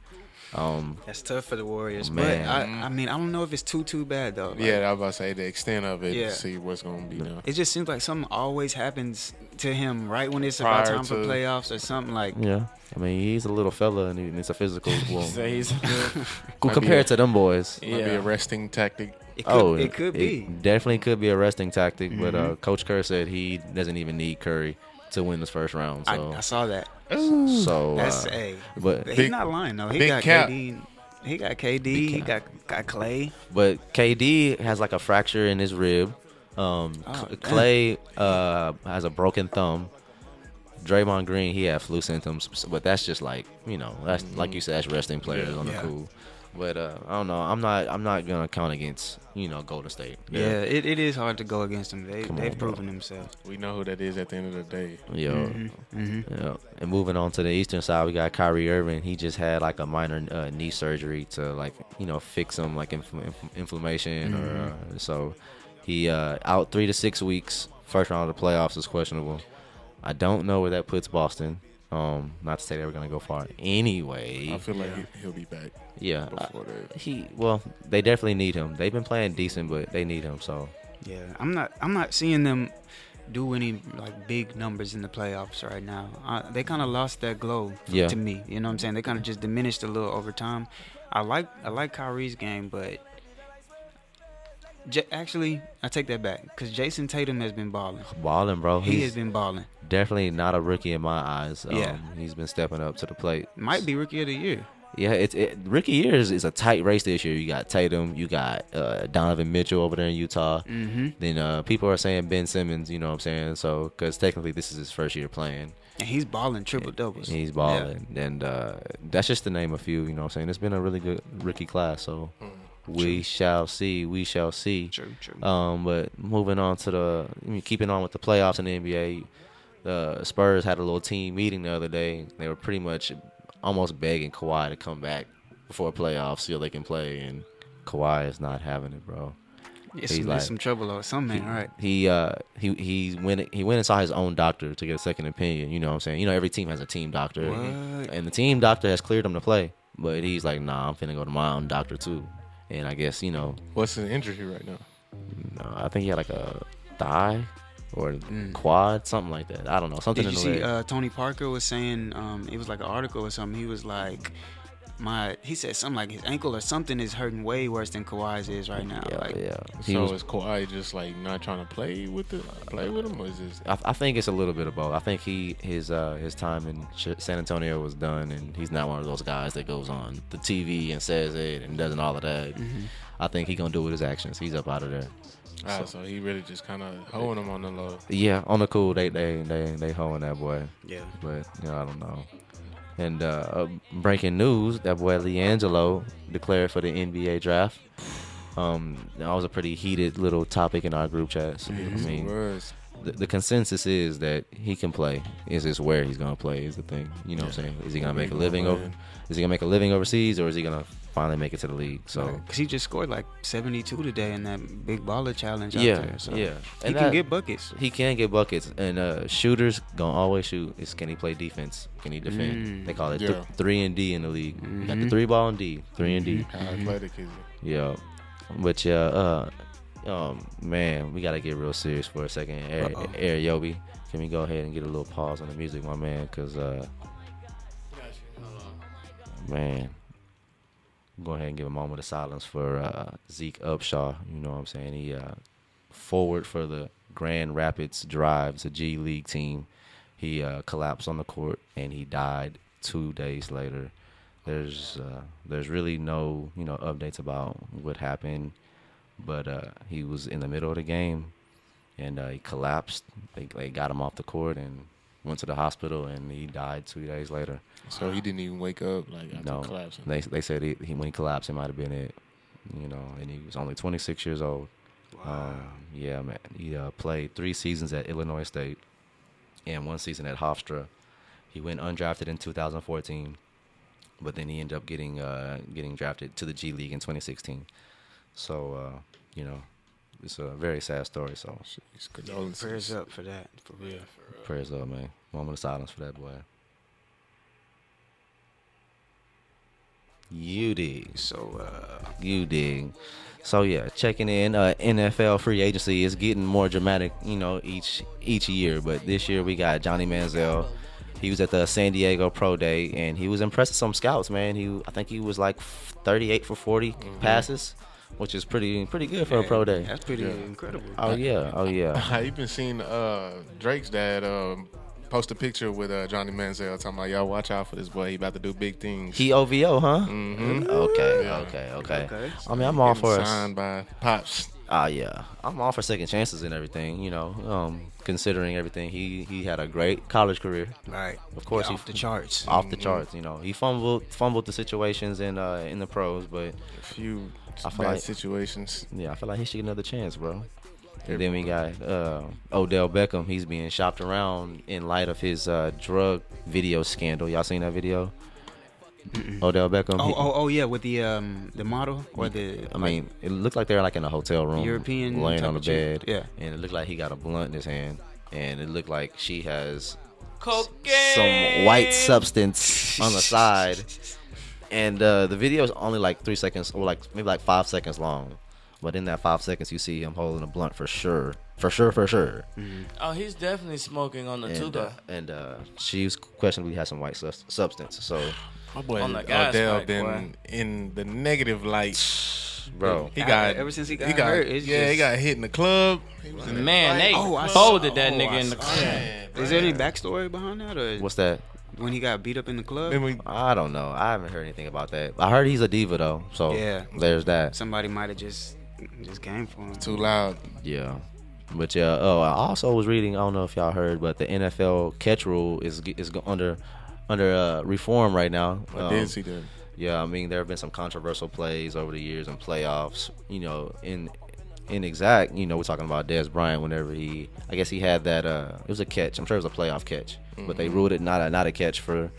[SPEAKER 3] Um,
[SPEAKER 1] That's tough for the Warriors,
[SPEAKER 3] Man.
[SPEAKER 1] but I, I mean, I don't know if it's too too bad though. Like,
[SPEAKER 8] yeah, I was about to say the extent of it.
[SPEAKER 1] Yeah.
[SPEAKER 8] See what's going to be done.
[SPEAKER 1] it just seems like something always happens to him right when it's about
[SPEAKER 8] Prior
[SPEAKER 1] time for
[SPEAKER 8] to-
[SPEAKER 1] playoffs or something like.
[SPEAKER 3] Yeah, I mean he's a little fella and he- and it's
[SPEAKER 1] (laughs)
[SPEAKER 3] a physical. Well,
[SPEAKER 6] So he's
[SPEAKER 3] compared to them boys,
[SPEAKER 8] Might be
[SPEAKER 6] Yeah.
[SPEAKER 8] a resting tactic.
[SPEAKER 1] It could,
[SPEAKER 3] Oh,
[SPEAKER 1] it could be. Mm-hmm.
[SPEAKER 3] Definitely could be a resting tactic, but uh, Coach Kerr said he doesn't even need Curry to win this first round. So,
[SPEAKER 1] I, I saw that.
[SPEAKER 3] so
[SPEAKER 1] That's
[SPEAKER 3] uh,
[SPEAKER 1] a.
[SPEAKER 3] but
[SPEAKER 1] He's
[SPEAKER 8] Big-
[SPEAKER 1] not lying though. He
[SPEAKER 8] big
[SPEAKER 1] got
[SPEAKER 8] cap.
[SPEAKER 1] KD. He got KD. He got got Clay.
[SPEAKER 3] but KD has like a fracture in his rib. Um,
[SPEAKER 1] Oh,
[SPEAKER 3] C-
[SPEAKER 1] damn.
[SPEAKER 3] Clay uh, has a broken thumb. Draymond Green he had flu symptoms, but that's just like you know that's like you said that's resting players on the
[SPEAKER 1] Mm-hmm. Yeah.
[SPEAKER 3] cool. But uh, I don't know. I'm not. I'm not gonna count against you know Golden State.
[SPEAKER 1] Yeah, it, it is hard to go against them. They,
[SPEAKER 3] Come
[SPEAKER 1] they've
[SPEAKER 3] on, bro.
[SPEAKER 1] proven themselves.
[SPEAKER 8] We know who that is at the end of the day.
[SPEAKER 3] Yo.
[SPEAKER 1] Mhm, mhm.
[SPEAKER 3] Yeah. And moving on to the eastern side, we got Kyrie Irving. He just had like a minor uh, knee surgery to like you know fix some like inf- inf- inflammation or
[SPEAKER 1] Mm-hmm.
[SPEAKER 3] uh, so. He uh, out three to six weeks. First round of the playoffs is questionable. I don't know where that puts Boston. Um, not to say they were gonna go far anyway.
[SPEAKER 8] I feel like he, he'll be back
[SPEAKER 3] Yeah, I-
[SPEAKER 8] before that.
[SPEAKER 3] he. Well, they definitely need him. They've been playing decent, but they need him. So
[SPEAKER 1] Yeah, I'm not. I'm not seeing them do any like big numbers in the playoffs right now. Uh, they kind of lost that glow f-
[SPEAKER 3] Yeah.
[SPEAKER 1] to me. You know what I'm saying? They kind of just diminished a little over time. I like I like Kyrie's game, but J- actually I take that back because Jason Tatum has been balling.
[SPEAKER 3] balling, bro.
[SPEAKER 1] He
[SPEAKER 3] Oh, He's
[SPEAKER 1] has been balling.
[SPEAKER 3] definitely not a rookie in my eyes. Um,
[SPEAKER 1] Yeah.
[SPEAKER 3] he's been stepping up to the plate.
[SPEAKER 1] Might be rookie of the year.
[SPEAKER 3] Yeah, it's it, Ricky Years is a tight race this year. You got Tatum, you got uh, Donovan Mitchell over there in Utah.
[SPEAKER 1] Mm-hmm.
[SPEAKER 3] Then uh, people are saying Ben Simmons. You know what I'm saying? So because technically this is his first year playing,
[SPEAKER 1] And he's balling triple doubles.
[SPEAKER 3] he's balling, and uh, that's just to name a few. You know what I'm saying? It's been a really good rookie class. So we shall see. We shall see.
[SPEAKER 1] True, true.
[SPEAKER 3] Um, but moving on to the, I mean, keeping on with the playoffs in the NBA, the Spurs had a little team meeting the other day. They were pretty much almost begging Kawhi to come back before playoffs so they can play, and Kawhi is not having it, bro.
[SPEAKER 1] it's
[SPEAKER 3] he's
[SPEAKER 1] some,
[SPEAKER 3] like-
[SPEAKER 1] it's some trouble or something, right?
[SPEAKER 3] He uh he he went he went and saw his own doctor to get a second opinion. You know what I'm saying? You know every team has a team doctor,
[SPEAKER 1] What?
[SPEAKER 3] and the team doctor has cleared him to play, but he's like, nah, I'm finna go to my own doctor too. And I guess you know
[SPEAKER 8] What's his injury right now?
[SPEAKER 3] No, I think he had like a thigh or quad, something like that. I don't know. Something
[SPEAKER 1] Mm. Did you
[SPEAKER 3] in the
[SPEAKER 1] see
[SPEAKER 3] leg.
[SPEAKER 1] uh, Tony Parker was saying um, it was like an article or something? He was like, my he said something like his ankle or something is hurting way worse than Kawhi's is right now.
[SPEAKER 3] yeah,
[SPEAKER 1] like,
[SPEAKER 3] yeah. He
[SPEAKER 8] so
[SPEAKER 3] was,
[SPEAKER 8] is Kawhi just like not trying to play with the play with him, or is this
[SPEAKER 3] I, I think it's a little bit of both. I think he his uh his time in Ch- San Antonio was done, and he's not one of those guys that goes on the TV and says it and doesn't all of that.
[SPEAKER 1] Mm-hmm.
[SPEAKER 3] I think he gonna do it with his actions. He's up out of there.
[SPEAKER 8] Ah, so he really just kind of hoeing him on the low.
[SPEAKER 3] Yeah, on the cool, they they they they hoeing that boy.
[SPEAKER 1] yeah.
[SPEAKER 3] but you know, I don't know. And uh, uh, breaking news: that boy LiAngelo declared for the NBA draft. Um, that was a pretty heated little topic in our group chat. So, I mean,
[SPEAKER 8] Words.
[SPEAKER 3] the, the consensus is that he can play. Is just where he's gonna play is the thing. You know what I'm saying? Is he gonna make a living over? Is he gonna make a living overseas, or is he gonna finally make it to the league? So
[SPEAKER 1] Because he just scored like 72 today in that big baller challenge out
[SPEAKER 3] yeah,
[SPEAKER 1] there. So
[SPEAKER 3] yeah,
[SPEAKER 1] He can
[SPEAKER 3] that-
[SPEAKER 1] get buckets.
[SPEAKER 3] He can get buckets, and uh, shooters gonna always shoot. Is can he play defense? Can he defend?
[SPEAKER 1] Mm.
[SPEAKER 3] They call it th-
[SPEAKER 8] Yeah.
[SPEAKER 3] three and D in the league. Got the three ball and D, 3 and D.
[SPEAKER 8] How athletic is
[SPEAKER 3] Yeah, but yeah, uh, um, man, we gotta get real serious for a second. Air,
[SPEAKER 1] Uh-oh.
[SPEAKER 3] Air Yobi, can we go ahead and get a little pause on the music, my man? Cause uh, man, go ahead and give a moment of silence for uh, Zeke Upshaw. You know what I'm saying? He uh, forward for the Grand Rapids Drive, it's a G League team. He uh, collapsed on the court and he died two days later. There's uh, there's really no you know updates about what happened, but uh, he was in the middle of the game and uh, he collapsed. They, they got him off the court and went to the hospital and he died two days later.
[SPEAKER 8] it? So he didn't even wake up like after
[SPEAKER 3] No,
[SPEAKER 8] collapsing.
[SPEAKER 3] they they said he, he when he collapsed, it might have been it, you know. And he was only 26 years old. Um, yeah, man. He uh, played three seasons at Illinois State and one season at Hofstra. He went undrafted in 2014, but then he ended up getting uh, getting drafted to the G League in 2016. So uh, you know, it's a very sad story. So
[SPEAKER 8] It's condolences.
[SPEAKER 1] Prayers
[SPEAKER 8] (laughs)
[SPEAKER 1] up for that, for real.
[SPEAKER 3] prayers up, man. Moment of silence for that boy. You did.
[SPEAKER 1] So, uh,
[SPEAKER 3] You dig. So yeah, checking in. Uh, NFL free agency is getting more dramatic, you know, each each year. But this year we got Johnny Manziel. He was at the San Diego Pro Day and he was impressing some scouts, man. He I think he was like 38 for 40 passes, which is pretty pretty good for a pro day.
[SPEAKER 1] that's pretty incredible.
[SPEAKER 3] Oh yeah, oh
[SPEAKER 8] (laughs)
[SPEAKER 3] yeah.
[SPEAKER 8] I even seen uh, Drake's dad um, post a picture with uh, Johnny Manziel talking about y'all watch out for this boy. He about to do big things.
[SPEAKER 3] He OVO, huh?
[SPEAKER 8] Mhm.
[SPEAKER 3] Okay,
[SPEAKER 8] Yeah.
[SPEAKER 3] okay, okay,
[SPEAKER 1] Okay.
[SPEAKER 3] I mean, I'm all
[SPEAKER 8] Getting
[SPEAKER 3] for it.
[SPEAKER 8] signed by pops.
[SPEAKER 3] Uh, yeah, I'm all for second chances and everything. You know, um, considering everything, he he had a great college career.
[SPEAKER 11] Right.
[SPEAKER 3] Of course,
[SPEAKER 11] Yeah,
[SPEAKER 3] he
[SPEAKER 11] off the charts.
[SPEAKER 3] Off the
[SPEAKER 11] Mhm.
[SPEAKER 3] charts. You know, he fumbled fumbled the situations in uh in the pros, but a
[SPEAKER 8] few
[SPEAKER 3] feel
[SPEAKER 8] bad
[SPEAKER 3] like,
[SPEAKER 8] situations.
[SPEAKER 3] Yeah, I feel like he should get another chance, bro. And then we got uh, Odell Beckham. He's being shopped around in light of his uh, drug video scandal. Y'all seen that video? Odell Beckham.
[SPEAKER 1] Oh,
[SPEAKER 3] he-
[SPEAKER 1] oh, oh, yeah, with the um the model or the
[SPEAKER 3] I mean, it looked like they're like in a hotel room,
[SPEAKER 1] European
[SPEAKER 3] laying
[SPEAKER 1] type
[SPEAKER 3] on the
[SPEAKER 1] of chick.
[SPEAKER 3] bed. Yeah, and it looked like he got a blunt in his hand, and it looked like she has s- some white substance on the side. And uh, the video is only like three seconds, or like maybe like five seconds long. But in that five seconds, you see him holding a blunt for sure, for sure, for sure.
[SPEAKER 6] Oh, he's definitely smoking on the
[SPEAKER 3] And,
[SPEAKER 6] tuba.
[SPEAKER 3] uh, and uh, she was questionably had some white sus- substance.
[SPEAKER 1] (sighs)
[SPEAKER 3] So
[SPEAKER 6] My boy On the gas
[SPEAKER 8] Odell
[SPEAKER 6] pipe,
[SPEAKER 8] been
[SPEAKER 6] boy.
[SPEAKER 8] in the negative light,
[SPEAKER 3] Bro.
[SPEAKER 8] He got
[SPEAKER 6] Ever since he got
[SPEAKER 8] he got
[SPEAKER 6] hurt, it's
[SPEAKER 8] yeah, he
[SPEAKER 6] just-
[SPEAKER 8] got hit in the club.
[SPEAKER 6] Man, they
[SPEAKER 1] Oh, I
[SPEAKER 6] folded
[SPEAKER 1] saw-
[SPEAKER 6] that
[SPEAKER 1] oh,
[SPEAKER 6] nigga
[SPEAKER 1] I
[SPEAKER 6] in the
[SPEAKER 1] saw that. Is there any backstory behind that, or
[SPEAKER 3] what's that?
[SPEAKER 1] when he got beat up in the club?
[SPEAKER 3] I don't know. I haven't heard anything about that. I heard he's a diva though, so
[SPEAKER 1] Yeah.
[SPEAKER 3] there's that.
[SPEAKER 1] Somebody might have just just came for him.
[SPEAKER 8] Too loud.
[SPEAKER 3] Yeah. But yeah, oh, I also was reading. I don't know if y'all heard, but the NFL catch rule is is go- under under uh, reform right now. Um,
[SPEAKER 8] I did see that.
[SPEAKER 3] Yeah, I mean there have been some controversial plays over the years and playoffs. You know, in in exact, you know, we're talking about Des Bryant whenever he, I guess he had that. Uh, it was a catch. I'm sure it was a playoff catch, but they
[SPEAKER 11] Mhm.
[SPEAKER 3] ruled it not a not a catch for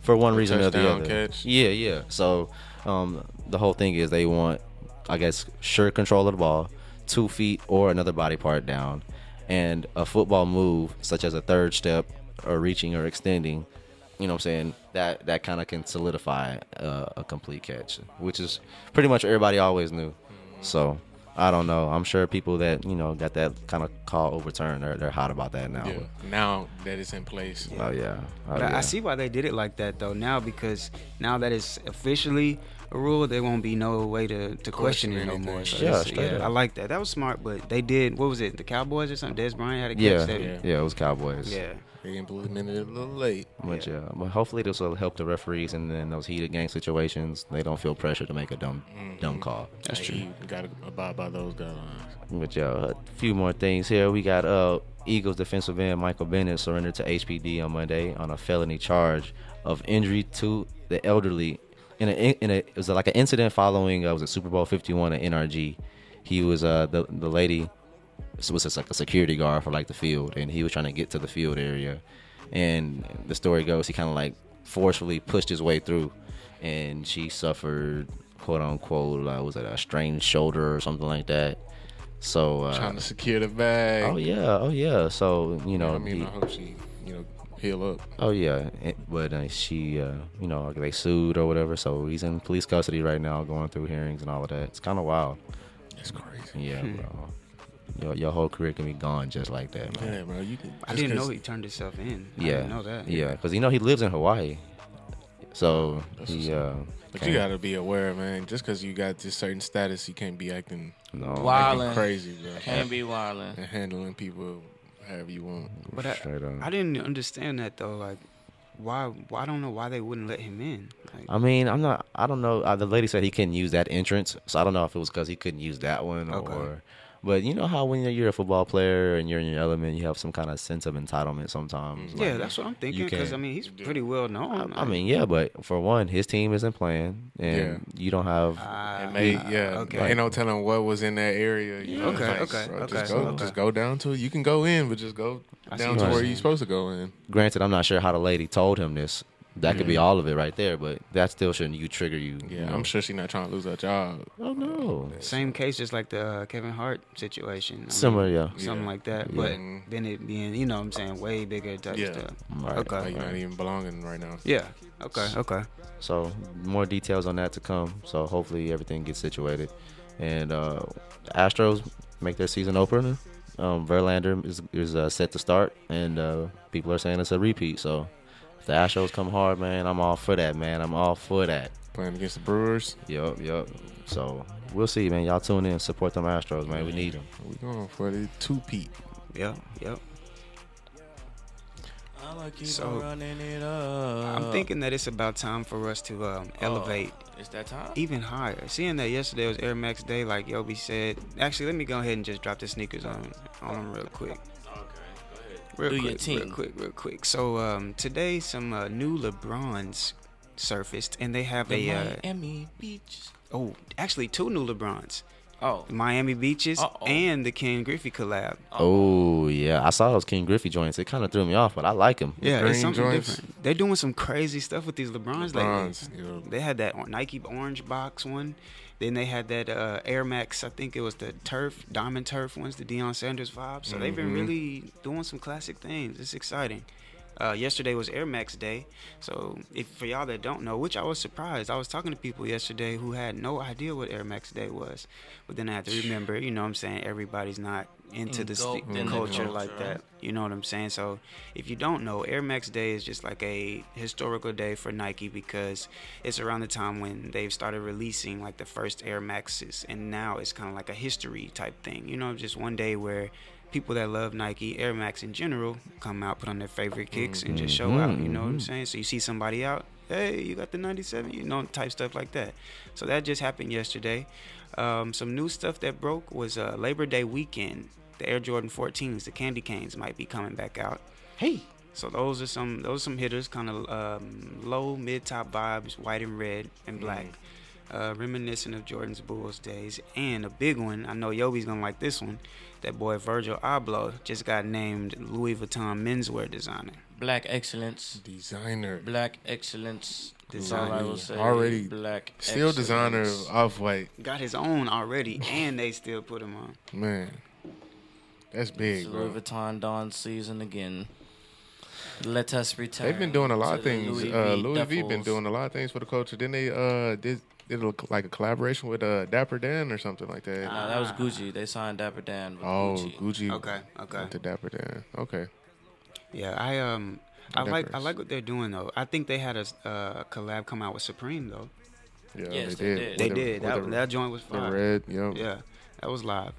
[SPEAKER 3] for one reason or the
[SPEAKER 8] Mm-hmm. touchdown
[SPEAKER 3] other.
[SPEAKER 8] catch.
[SPEAKER 3] Yeah, yeah. So um, the whole thing is they want, I guess, sure control of the ball, two feet or another body part down, and a football move such as a third step or reaching or extending. You know what I'm saying? That that kind of can solidify uh, a complete catch, which is pretty much what everybody always knew. So I don't know. I'm sure people that you know got that kind of call overturned, they're, they're hot about that now.
[SPEAKER 8] Yeah. Now that it's in place.
[SPEAKER 3] Oh yeah. Oh,
[SPEAKER 1] But I- I
[SPEAKER 3] yeah.
[SPEAKER 1] see why they did it like that though now because now that it's officially a rule, there won't be no way to, to question,
[SPEAKER 8] Question
[SPEAKER 1] it no
[SPEAKER 8] anything.
[SPEAKER 1] more. So
[SPEAKER 3] Yeah,
[SPEAKER 1] that's-
[SPEAKER 3] straight up.
[SPEAKER 1] I like that. That was smart, but they did what was it? The Cowboys or something? Des Bryant had a catch.
[SPEAKER 3] Yeah,
[SPEAKER 1] that,
[SPEAKER 3] yeah, yeah, it was Cowboys.
[SPEAKER 1] Yeah.
[SPEAKER 8] They implemented it a little late.
[SPEAKER 3] But yeah. but hopefully this will help the referees and then those heated gang situations. They don't feel pressure to make a dumb, dumb call.
[SPEAKER 8] That's true. You gotta abide by those guidelines.
[SPEAKER 3] But yeah, a few more things here. We got uh Eagles defensive end Michael Bennett surrendered to HPD on Monday on a felony charge of injury to the elderly. In a, in a it was like an incident following uh, was it Super Bowl 51 at NRG. He was uh the the lady so was just like a security guard for like the field, and he was trying to get to the field area. And the story goes, he kind of like forcefully pushed his way through, and she suffered quote unquote uh, was it a strained shoulder or something like that. So uh,
[SPEAKER 8] Trying to secure the bag.
[SPEAKER 3] Oh yeah, oh yeah. So you know,
[SPEAKER 8] I mean, uh-huh.
[SPEAKER 3] the-
[SPEAKER 8] I hope she, you know, heal up.
[SPEAKER 3] oh yeah. it- but uh, she, uh, you know, like, they sued or whatever. So he's in police custody right now, going through hearings and all of that. It's kind of wild.
[SPEAKER 8] That's crazy.
[SPEAKER 3] Yeah,
[SPEAKER 1] Hmm.
[SPEAKER 3] bro. Your, your whole career can be gone just like that, man.
[SPEAKER 8] Yeah, bro. You can.
[SPEAKER 1] I
[SPEAKER 8] just
[SPEAKER 1] didn't
[SPEAKER 8] 'cause-
[SPEAKER 1] know he turned himself in. I
[SPEAKER 3] Yeah,
[SPEAKER 1] didn't know that.
[SPEAKER 3] Yeah, because you know he lives in Hawaii, so he. Uh,
[SPEAKER 8] But
[SPEAKER 3] came-
[SPEAKER 8] you gotta be aware, man. Just because you got this certain status, you can't Oh, be acting
[SPEAKER 3] No.
[SPEAKER 8] acting
[SPEAKER 6] Wildin'.
[SPEAKER 8] crazy, bro.
[SPEAKER 6] Can't be wildin'.
[SPEAKER 8] and handling people however you want.
[SPEAKER 1] But I,
[SPEAKER 3] Straight up.
[SPEAKER 1] I didn't understand that though. Like, why? why I don't know why they wouldn't let him in. Like,
[SPEAKER 3] I mean, I'm not. I don't know. Uh, the lady said he couldn't use that entrance, so I don't know if it was because he couldn't use that one
[SPEAKER 1] Okay.
[SPEAKER 3] or. But you know how when you're- you're a football player and you're in your element, you have some kind of sense of entitlement sometimes.
[SPEAKER 1] Mm. yeah,
[SPEAKER 3] Like,
[SPEAKER 1] that's what I'm
[SPEAKER 3] you
[SPEAKER 1] thinking. Because
[SPEAKER 3] can't-
[SPEAKER 1] I mean, he's pretty well known.
[SPEAKER 3] I mean, yeah, but for one, his team isn't playing, and you don't have.
[SPEAKER 8] And may, yeah,
[SPEAKER 1] Ah, okay.
[SPEAKER 8] ain't no telling what was in that area. You know,
[SPEAKER 1] Okay,
[SPEAKER 8] it's
[SPEAKER 1] okay,
[SPEAKER 8] bro,
[SPEAKER 1] okay,
[SPEAKER 8] Just go,
[SPEAKER 1] okay.
[SPEAKER 8] just go down to. You can go in, but just go
[SPEAKER 1] I see
[SPEAKER 8] down
[SPEAKER 3] what
[SPEAKER 8] to
[SPEAKER 3] you're
[SPEAKER 8] where
[SPEAKER 3] saying.
[SPEAKER 8] you're supposed to go in.
[SPEAKER 3] Granted, I'm not sure how the lady told him this. That could be
[SPEAKER 8] Mhm.
[SPEAKER 3] all of it right there, but that still shouldn't you trigger you.
[SPEAKER 8] Yeah,
[SPEAKER 3] you know.
[SPEAKER 8] I'm sure she's not trying to lose her job.
[SPEAKER 3] Oh no.
[SPEAKER 1] Same case, just like the uh, Kevin Hart situation. I
[SPEAKER 3] Similar, yeah.
[SPEAKER 1] Something
[SPEAKER 8] Yeah.
[SPEAKER 1] like that.
[SPEAKER 3] Yeah.
[SPEAKER 1] But then it being, you know what I'm saying, way bigger type
[SPEAKER 8] Yeah.
[SPEAKER 1] stuff.
[SPEAKER 3] Right,
[SPEAKER 1] Okay.
[SPEAKER 8] Like, you're not even belonging right now.
[SPEAKER 1] Yeah. Okay. Okay.
[SPEAKER 3] So more details on that to come. So hopefully everything gets situated, and uh, Astros make their season opener. Um, Verlander is is uh, set to start, and uh, people are saying it's a repeat. So if the Astros come hard, man, I'm all for that, man. I'm all for that.
[SPEAKER 8] Playing against the Brewers,
[SPEAKER 3] Yup, yup. So we'll see, man. Y'all tune in, support them Astros, man. We need them.
[SPEAKER 8] we going for the two peat.
[SPEAKER 1] Yep. Yep.
[SPEAKER 6] I'ma keep
[SPEAKER 1] So,
[SPEAKER 6] on running it up. Uh,
[SPEAKER 1] I'm thinking that it's about time for us to um, elevate
[SPEAKER 6] It's that time.
[SPEAKER 1] Even higher. Seeing that yesterday was Air Max Day, like Yobi said. Actually, let me go ahead and just drop the sneakers on on them real quick. Real
[SPEAKER 6] Do
[SPEAKER 1] quick,
[SPEAKER 6] your
[SPEAKER 1] real
[SPEAKER 6] team.
[SPEAKER 1] quick, real quick. So um, today, some uh, new LeBrons surfaced, and they have
[SPEAKER 6] The
[SPEAKER 1] a uh,
[SPEAKER 6] Miami Beach.
[SPEAKER 1] oh, actually two new LeBrons,
[SPEAKER 6] Oh,
[SPEAKER 1] Miami Beaches
[SPEAKER 6] Uh-oh.
[SPEAKER 1] and the Ken Griffey collab.
[SPEAKER 3] Oh yeah, I saw those King Griffey joints. It kind of threw me off, but I like them.
[SPEAKER 1] Yeah,
[SPEAKER 8] green
[SPEAKER 1] it's something
[SPEAKER 8] joints.
[SPEAKER 1] different. They're doing some crazy stuff with these LeBrons,
[SPEAKER 8] LeBrons,
[SPEAKER 1] lately.
[SPEAKER 8] yeah.
[SPEAKER 1] They had that or- Nike orange box one. Then they had that uh, Air Max. I think it was the turf diamond turf ones, the Deion Sanders vibe. So they've
[SPEAKER 8] Mm-hmm.
[SPEAKER 1] been really doing some classic things. It's exciting. Uh, yesterday was Air Max Day, so if for y'all that don't know, which I was surprised, I was talking to people yesterday who had no idea what Air Max Day was, but then I had to remember, you know, what I'm saying everybody's not into the sne-
[SPEAKER 6] Engulfed in the
[SPEAKER 1] culture like
[SPEAKER 6] culture.
[SPEAKER 1] that. You know what I'm saying? So if you don't know, Air Max Day is just like a historical day for Nike because it's around the time when they've started releasing like the first Air Maxes, and now it's kind of like a history type thing. You know, just one day where people that love Nike Air Max in general come out, put on their favorite kicks, and just show out. You know what I'm
[SPEAKER 6] Mm-hmm.
[SPEAKER 1] saying? So you see somebody out. Hey, you got the 97, you know, type stuff like that. So that just happened yesterday. Um, some new stuff that broke was uh, Labor Day weekend the Air Jordan 14s, the Candy Canes might be coming back out.
[SPEAKER 3] Hey,
[SPEAKER 1] So those are some those are some hitters, kind of um, low mid top vibes, white and red and black, uh, reminiscent of Jordan's Bulls days. And a big one, I know Yobi's gonna like this one. That boy Virgil Abloh just got named Louis Vuitton menswear designer.
[SPEAKER 6] black excellence.
[SPEAKER 8] Designer.
[SPEAKER 6] Black excellence. That's all I
[SPEAKER 1] Designer.
[SPEAKER 6] will say.
[SPEAKER 8] Already
[SPEAKER 6] black.
[SPEAKER 8] Still designer
[SPEAKER 6] excellence.
[SPEAKER 8] off white.
[SPEAKER 1] Got his own already, and they still put him on.
[SPEAKER 8] Man. That's
[SPEAKER 6] It's
[SPEAKER 8] big,
[SPEAKER 6] Louis
[SPEAKER 8] bro.
[SPEAKER 6] Vuitton Dawn season again. Let us return.
[SPEAKER 8] They've been doing a lot
[SPEAKER 6] to
[SPEAKER 8] of
[SPEAKER 6] the
[SPEAKER 8] things. uh, Louis V
[SPEAKER 6] duffels.
[SPEAKER 8] been doing a lot of things for the culture. Then they uh did did a, like a collaboration with uh Dapper Dan or something like that.
[SPEAKER 6] Nah, that was Gucci. They signed Dapper Dan. With
[SPEAKER 8] oh,
[SPEAKER 6] Gucci.
[SPEAKER 8] Gucci.
[SPEAKER 1] Okay, okay.
[SPEAKER 8] went To Dapper Dan. Okay.
[SPEAKER 1] Yeah, I um, I like I
[SPEAKER 8] Diapers.
[SPEAKER 1] like what they're doing though. I think they had a s- uh, collab come out with Supreme though.
[SPEAKER 8] Yeah,
[SPEAKER 6] Yes, they did.
[SPEAKER 1] They
[SPEAKER 8] With the-
[SPEAKER 1] did.
[SPEAKER 8] with
[SPEAKER 1] That,
[SPEAKER 8] the-
[SPEAKER 1] that joint was
[SPEAKER 8] The
[SPEAKER 1] fire.
[SPEAKER 8] red, yep.
[SPEAKER 1] Yeah, that was live.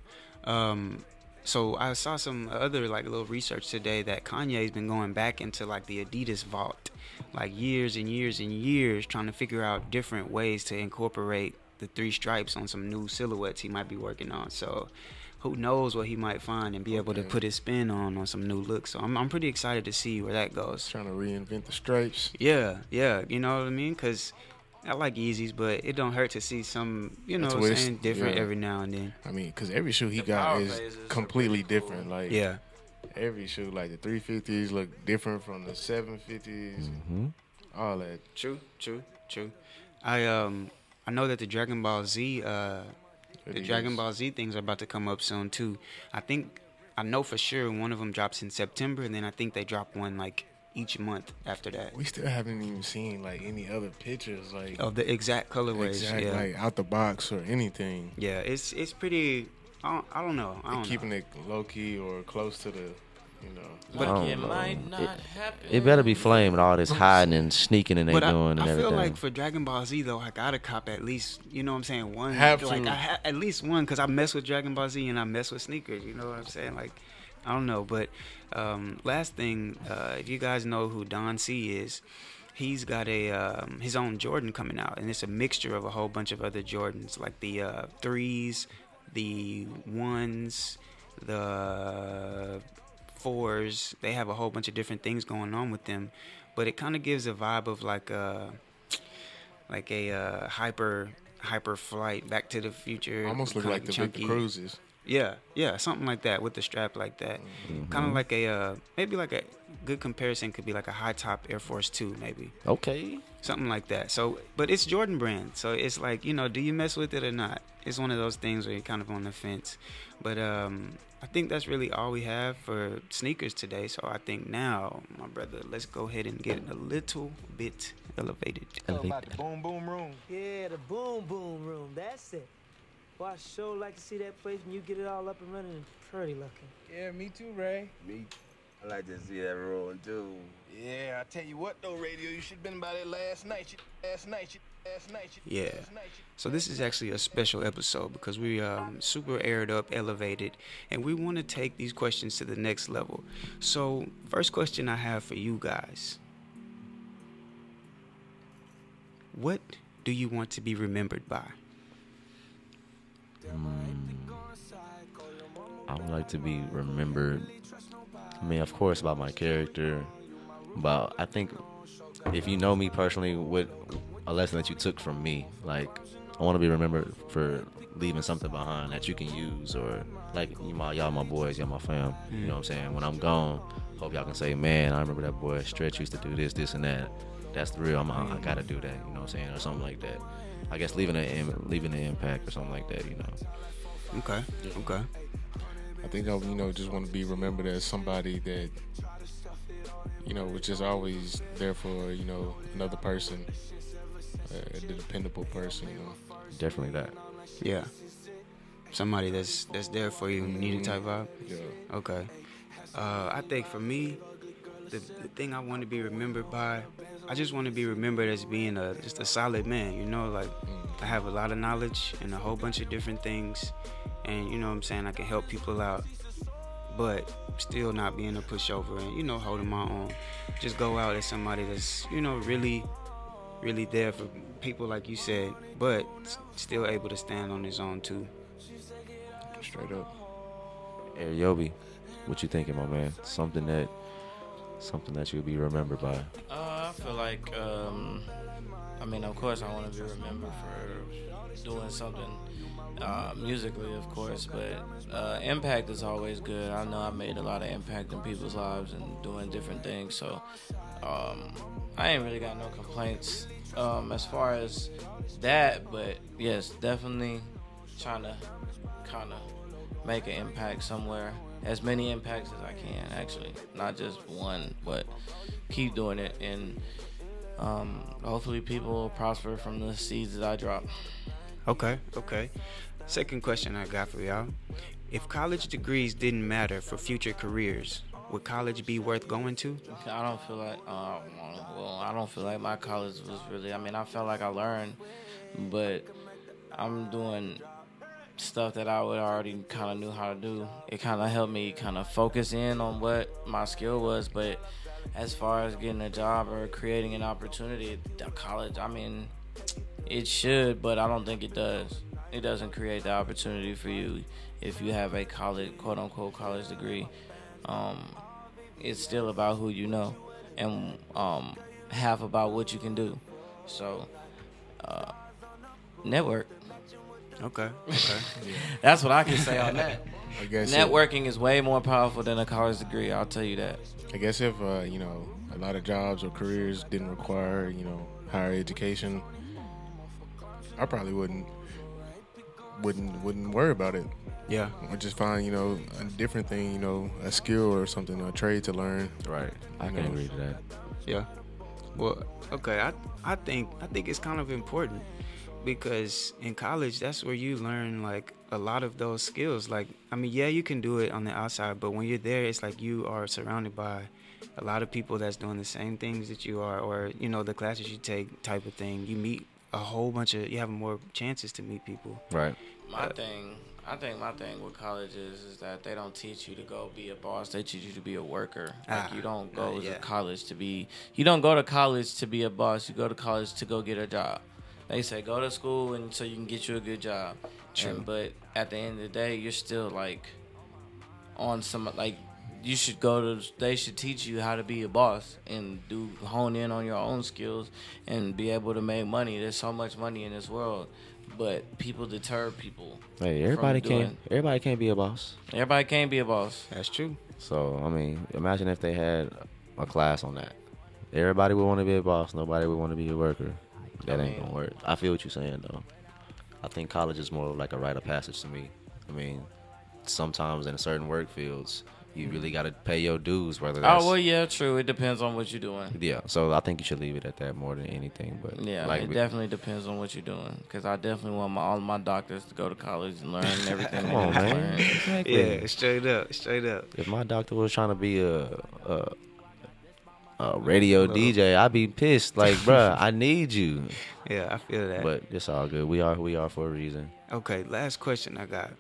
[SPEAKER 1] Um, so I saw some other like little research today that Kanye's been going back into like the Adidas vault, like years and years and years, trying to figure out different ways to incorporate the three stripes on some new silhouettes he might be working on. So who knows what he might find and be able to put his spin on on some new looks. So I'm I'm pretty excited to see where that goes.
[SPEAKER 8] Trying to reinvent the stripes.
[SPEAKER 1] Yeah, yeah, you know what I mean? Cause I like Yeezys, but it don't hurt to see some, you know,
[SPEAKER 8] A
[SPEAKER 1] what I'm
[SPEAKER 8] twist,
[SPEAKER 1] saying different
[SPEAKER 8] yeah.
[SPEAKER 1] every now and then.
[SPEAKER 8] I mean, because every shoe he
[SPEAKER 6] The
[SPEAKER 8] got
[SPEAKER 6] power
[SPEAKER 8] is
[SPEAKER 6] phases are
[SPEAKER 8] completely
[SPEAKER 6] pretty cool.
[SPEAKER 8] different. Like
[SPEAKER 1] Yeah.
[SPEAKER 8] every shoe, like the three fifties look different from the seven
[SPEAKER 1] Mm-hmm.
[SPEAKER 8] All that.
[SPEAKER 1] True, true, true. I um I know that the Dragon Ball Z uh the
[SPEAKER 8] Adidas.
[SPEAKER 1] Dragon Ball Z things are about to come up soon too. I think I know for sure one of them drops in September and then I think they drop one like each month after that
[SPEAKER 8] We still haven't even seen like any other pictures, like
[SPEAKER 1] of the exact colorways.
[SPEAKER 8] exact,
[SPEAKER 1] yeah.
[SPEAKER 8] like out the box or anything.
[SPEAKER 1] yeah, it's it's pretty I don't, I don't know. I
[SPEAKER 8] They're
[SPEAKER 1] don't
[SPEAKER 8] keeping
[SPEAKER 1] know.
[SPEAKER 8] it low key or close to the, you know.
[SPEAKER 6] Like,
[SPEAKER 3] I don't
[SPEAKER 6] it
[SPEAKER 3] know.
[SPEAKER 6] might
[SPEAKER 3] It-
[SPEAKER 6] not happen.
[SPEAKER 3] it better be flame and all this hiding and sneaking and they
[SPEAKER 1] But I,
[SPEAKER 3] doing and
[SPEAKER 1] I
[SPEAKER 3] everything.
[SPEAKER 1] feel like for Dragon Ball Z though, I gotta cop at least you know what I'm saying one.
[SPEAKER 8] Have
[SPEAKER 1] like
[SPEAKER 8] to.
[SPEAKER 1] I ha- at least one because I mess with Dragon Ball Z and I mess with sneakers. You know what I'm saying? Like I don't know, but um, last thing, uh, if you guys know who Don C is. He's got a um, his own Jordan coming out, and it's a mixture of a whole bunch of other Jordans, like the uh, threes, the ones, the fours. They have a whole bunch of different things going on with them, but it kind of gives a vibe of like a like a uh, hyper hyper flight back to the future.
[SPEAKER 8] Almost look
[SPEAKER 1] kinda
[SPEAKER 8] like the
[SPEAKER 1] chunky.
[SPEAKER 8] Victor Cruises.
[SPEAKER 1] Yeah, yeah, something like that with the strap like that. Kind
[SPEAKER 8] Mm.
[SPEAKER 3] Mm-hmm.
[SPEAKER 1] of like a uh, maybe like a good comparison could be like a high top Air Force Two maybe
[SPEAKER 3] okay,
[SPEAKER 1] something like that. So, but it's Jordan brand, so it's like you know, do you mess with it or not? It's one of those things where you're kind of on the fence. But um, I think that's really all we have for sneakers today. So I think now, my brother, let's go ahead and get a little bit elevated.
[SPEAKER 2] Boom, boom, room.
[SPEAKER 7] Yeah, the boom boom room. That's it. Well, I sure like to see that place when you get it all up and running and pretty looking.
[SPEAKER 2] Yeah, me too, Ray.
[SPEAKER 11] Me, I like to see that rolling too.
[SPEAKER 2] Yeah, I tell you what though, radio, you should been by that last night. You, last night. You, last night. You,
[SPEAKER 1] Yeah.
[SPEAKER 2] Last night, you.
[SPEAKER 1] So this is actually a special episode because we um, super aired up, elevated, and we want to take these questions to the next level. So first question I have for you guys: What do you want to be remembered by?
[SPEAKER 3] I would like to be remembered. I mean, of course, about my character, but I think if you know me personally, what a lesson that you took from me, like I want to be remembered for leaving something behind that you can use, or like you my y'all my boys, y'all my fam. You know what I'm saying? When I'm gone, hope y'all can say, man, I remember that boy Stretch used to do this, this, and that. That's the real. I'm, I gotta do that. You know what I'm saying, or something like that. I guess leaving an im- leaving an impact or something like that. You know.
[SPEAKER 1] Okay. Okay.
[SPEAKER 8] I think I, you know, just want to be remembered as somebody that, you know, was just always there for, you know, another person, a, a dependable person, you know.
[SPEAKER 3] Definitely that.
[SPEAKER 1] Yeah. Somebody that's that's there for you when you need it type vibe.
[SPEAKER 8] Yeah.
[SPEAKER 1] Okay. Uh, I think for me, the, the thing I want to be remembered by, I just want to be remembered as being a just a solid man. You know, like
[SPEAKER 8] Mm.
[SPEAKER 1] I have a lot of knowledge and a whole bunch of different things, and you know what I'm saying. I can help people out, but still not being a pushover and you know holding my own. Just go out as somebody that's you know really really there for people like you said, but s- still able to stand on his own too.
[SPEAKER 8] Straight up.
[SPEAKER 3] Hey, Yobi, what you thinking, my man? Something that, something that you'll be remembered by.
[SPEAKER 6] Uh, I feel like, um, I mean, of course, I want to be remembered for doing something uh, musically, of course, but uh, impact is always good. I know I made a lot of impact in people's lives and doing different things, so um, I ain't really got no complaints um, as far as that, but yes, definitely trying to kind of make an impact somewhere. As many impacts as I can, actually, not just one, but keep doing it, and um, hopefully people will prosper from the seeds that I drop.
[SPEAKER 1] Okay, okay. Second question I got for y'all. If college degrees didn't matter for future careers, would college be worth going to?
[SPEAKER 6] I don't feel like uh, well, I don't feel like my college was really. I mean, I felt like I learned, but I'm doing stuff that I would already kind of knew how to do. It kind of helped me kind of focus in on what my skill was. But as far as getting a job or creating an opportunity, the college. I mean, it should, but I don't think it does. It doesn't create the opportunity for you if you have a college, quote unquote, college degree. Um, it's still about who you know and um, half about what you can do. So, uh, network.
[SPEAKER 1] Okay. Okay.
[SPEAKER 6] That's what I can say on that.
[SPEAKER 8] I guess it-
[SPEAKER 6] (laughs) Networking is way more powerful than a college degree. I'll tell you that.
[SPEAKER 8] I guess if uh, you know a lot of jobs or careers didn't require you know higher education, I probably wouldn't wouldn't wouldn't worry about it.
[SPEAKER 1] Yeah,
[SPEAKER 8] or just find you know a different thing, you know, a skill or something, a trade to learn.
[SPEAKER 3] Right, I can agree to that.
[SPEAKER 1] Yeah. Well, okay. I I think I think it's kind of important because in college that's where you learn like a lot of those skills. Like I mean, yeah, you can do it on the outside, but when you're there, it's like you are surrounded by a lot of people that's doing the same things that you are, or you know, the classes you take type of thing. You meet a whole bunch of you have more chances to meet people.
[SPEAKER 3] Right.
[SPEAKER 6] My thing, I think my thing with college is, is that they don't teach you to go be a boss. They teach you to be a worker. Like
[SPEAKER 1] Ah,
[SPEAKER 6] you don't
[SPEAKER 1] uh,
[SPEAKER 6] go
[SPEAKER 1] yeah.
[SPEAKER 6] to college to be. You don't go to college to be a boss. You go to college to go get a job. They say go to school and so you can get you a good job.
[SPEAKER 1] True.
[SPEAKER 6] And- but at the end of the day, you're still like on some like you should go to they should teach you how to be a boss and do hone in on your own skills and be able to make money there's so much money in this world but people deter people
[SPEAKER 3] Hey,
[SPEAKER 6] from
[SPEAKER 3] everybody
[SPEAKER 6] doing-
[SPEAKER 3] can everybody can't be a boss.
[SPEAKER 6] everybody can't be a boss
[SPEAKER 1] That's true.
[SPEAKER 3] So I mean, imagine if they had a class on that. Everybody would want to be a boss. Nobody would want to be a worker. That ain't gonna work. I feel what you're saying though. I think college is more of like a rite of passage to me. I mean, sometimes in certain work fields, you really gotta pay your dues. Whether that's
[SPEAKER 6] oh well yeah true it depends on what you're doing
[SPEAKER 3] yeah. So I think you should leave it at that more than anything. But
[SPEAKER 6] yeah
[SPEAKER 3] like
[SPEAKER 6] it
[SPEAKER 3] we-
[SPEAKER 6] definitely depends on what you're doing because i definitely want my, all my doctors to go to college and
[SPEAKER 3] (laughs)
[SPEAKER 6] learn everything
[SPEAKER 3] Come
[SPEAKER 6] they
[SPEAKER 3] on,
[SPEAKER 6] need to
[SPEAKER 3] man.
[SPEAKER 6] learn.
[SPEAKER 3] Exactly.
[SPEAKER 1] Yeah, straight up, straight up.
[SPEAKER 3] If my doctor was trying to be a a, a radio DJ, I'd be pissed. Like, (laughs) bruh, I need you.
[SPEAKER 1] Yeah, I feel that.
[SPEAKER 3] But it's all good. We are who we are for a reason.
[SPEAKER 1] Okay, last question I got.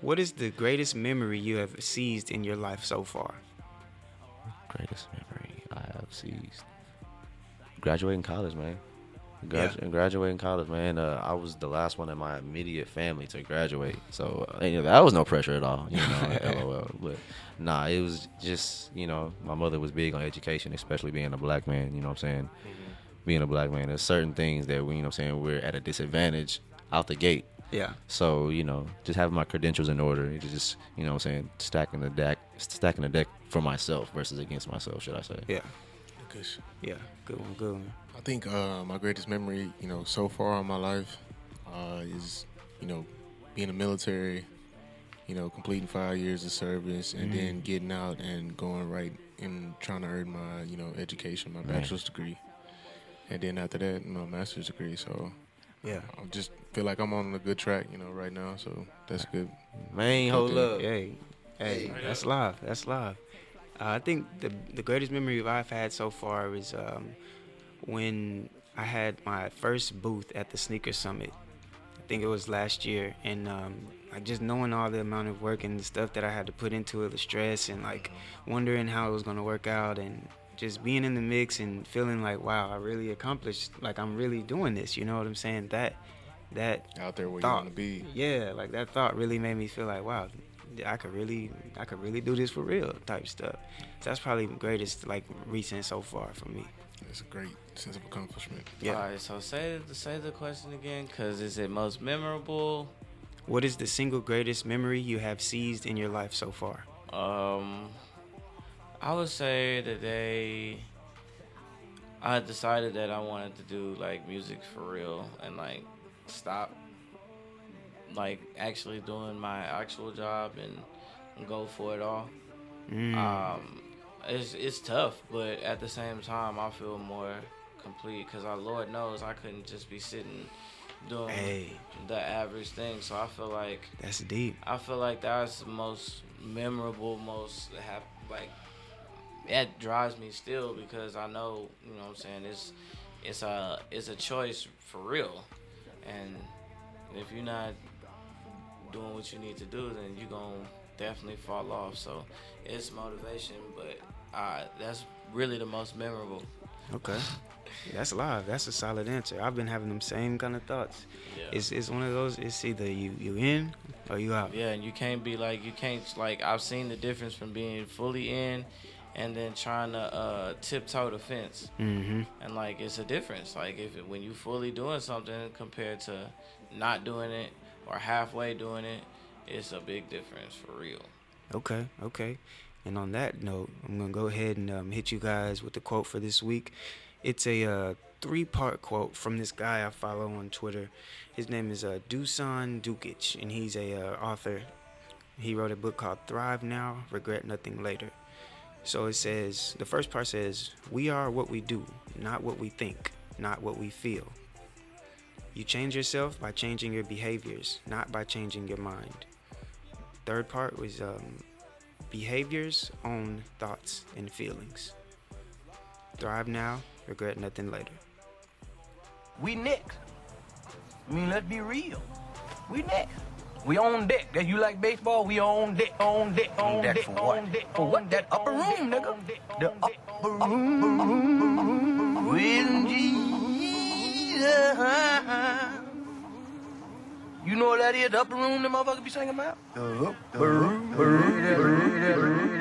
[SPEAKER 1] What is the greatest memory you have seized in your life so far?
[SPEAKER 3] Greatest memory I have seized. Graduating college, man. Gradu- Graduating college, man. Uh, I was the last one in my immediate family to graduate, so uh, you know, that was no pressure at all. You know, lol. But nah, it was just you know, my mother was big on education, especially being a black man. You know what I'm saying? Being a black man, there's certain things that we, you know, what I'm saying we're at a disadvantage out the gate.
[SPEAKER 1] Yeah.
[SPEAKER 3] So you know, just having my credentials in order, it just you know, what I'm saying stacking the deck, stacking the deck for myself versus against myself, should I say?
[SPEAKER 1] Yeah.
[SPEAKER 8] Good shit.
[SPEAKER 1] Yeah. Good one. Good one.
[SPEAKER 8] I think uh, my greatest memory, you know, so far in my life, uh, is you know, being in the military, you know, completing five years of service, and then
[SPEAKER 3] Mhm.
[SPEAKER 8] getting out and going right and trying to earn my you know education, my
[SPEAKER 3] Right.
[SPEAKER 8] bachelor's degree, and then after that, my master's degree. So
[SPEAKER 1] Yeah.
[SPEAKER 8] I just feel like I'm on a good track, you know, right now. So that's good.
[SPEAKER 3] Man,
[SPEAKER 8] Good
[SPEAKER 3] hold
[SPEAKER 8] thing.
[SPEAKER 3] up.
[SPEAKER 1] Hey, hey, that's live. That's live. Uh, I think the the greatest memory I've had so far is um, when I had my first booth at the Sneaker Summit. I think it was last year, and um, like just knowing all the amount of work and the stuff that I had to put into it, the stress, and like wondering how it was gonna work out, and just being in the mix and feeling like, wow, I really accomplished. Like I'm really doing this. You know what I'm saying? That that
[SPEAKER 8] Out there where you
[SPEAKER 1] thought,
[SPEAKER 8] want to be.
[SPEAKER 1] yeah, like that thought really made me feel like, wow, I could really, I could really do this for real type stuff. So that's probably the greatest like recent so far for me.
[SPEAKER 8] It's a great sense of accomplishment.
[SPEAKER 1] Yeah.
[SPEAKER 6] All right, so say the say the question again, cause is it most memorable?
[SPEAKER 1] What is the single greatest memory you have seized in your life so far?
[SPEAKER 6] Um, I would say the day I decided that I wanted to do like music for real and like stop like actually doing my actual job and go for it all.
[SPEAKER 1] Mm.
[SPEAKER 6] Um, it's it's tough, but at the same time, I feel more complete because I Lord knows I couldn't just be sitting doing
[SPEAKER 1] Hey.
[SPEAKER 6] the average thing. So I feel like
[SPEAKER 1] That's deep.
[SPEAKER 6] I feel like that's the most memorable, most hap- like that drives me still because I know you know what I'm saying it's it's a it's a choice for real, and if you're not doing what you need to do, then you're gonna definitely fall off. So it's motivation, but uh, that's really the most memorable.
[SPEAKER 1] Okay. (sighs) That's live. That's a solid answer. I've been having them same kind of thoughts.
[SPEAKER 6] Yeah.
[SPEAKER 1] It's, it's one of those. It's either you you in or you out.
[SPEAKER 6] Yeah, and you can't be like you can't like I've seen the difference from being fully in and then trying to uh tiptoe the fence.
[SPEAKER 1] Mm-hmm.
[SPEAKER 6] And like it's a difference. Like if when you fully doing something compared to not doing it or halfway doing it, it's a big difference for real.
[SPEAKER 1] Okay, okay. And on that note, I'm gonna go ahead and um, hit you guys with the quote for this week. It's a uh, three-part quote from this guy I follow on Twitter. His name is uh, Dusan Dukic, and he's a uh, author. He wrote a book called Thrive Now, Regret Nothing Later. So it says the first part says, "We are what we do, not what we think, not what we feel." You change yourself by changing your behaviors, not by changing your mind. Third part was um, behaviors own thoughts and feelings. Thrive now, regret nothing later.
[SPEAKER 2] We next. I mean, let's be real. We next. We on deck. That you like baseball? We on deck. On deck. On,
[SPEAKER 7] deck
[SPEAKER 2] deck.
[SPEAKER 7] for
[SPEAKER 2] on
[SPEAKER 7] what?
[SPEAKER 2] deck. For what? That upper room, nigga. The upper room. With Jesus. You know what that is? The upper room. The motherfucker be singing about. The upper room.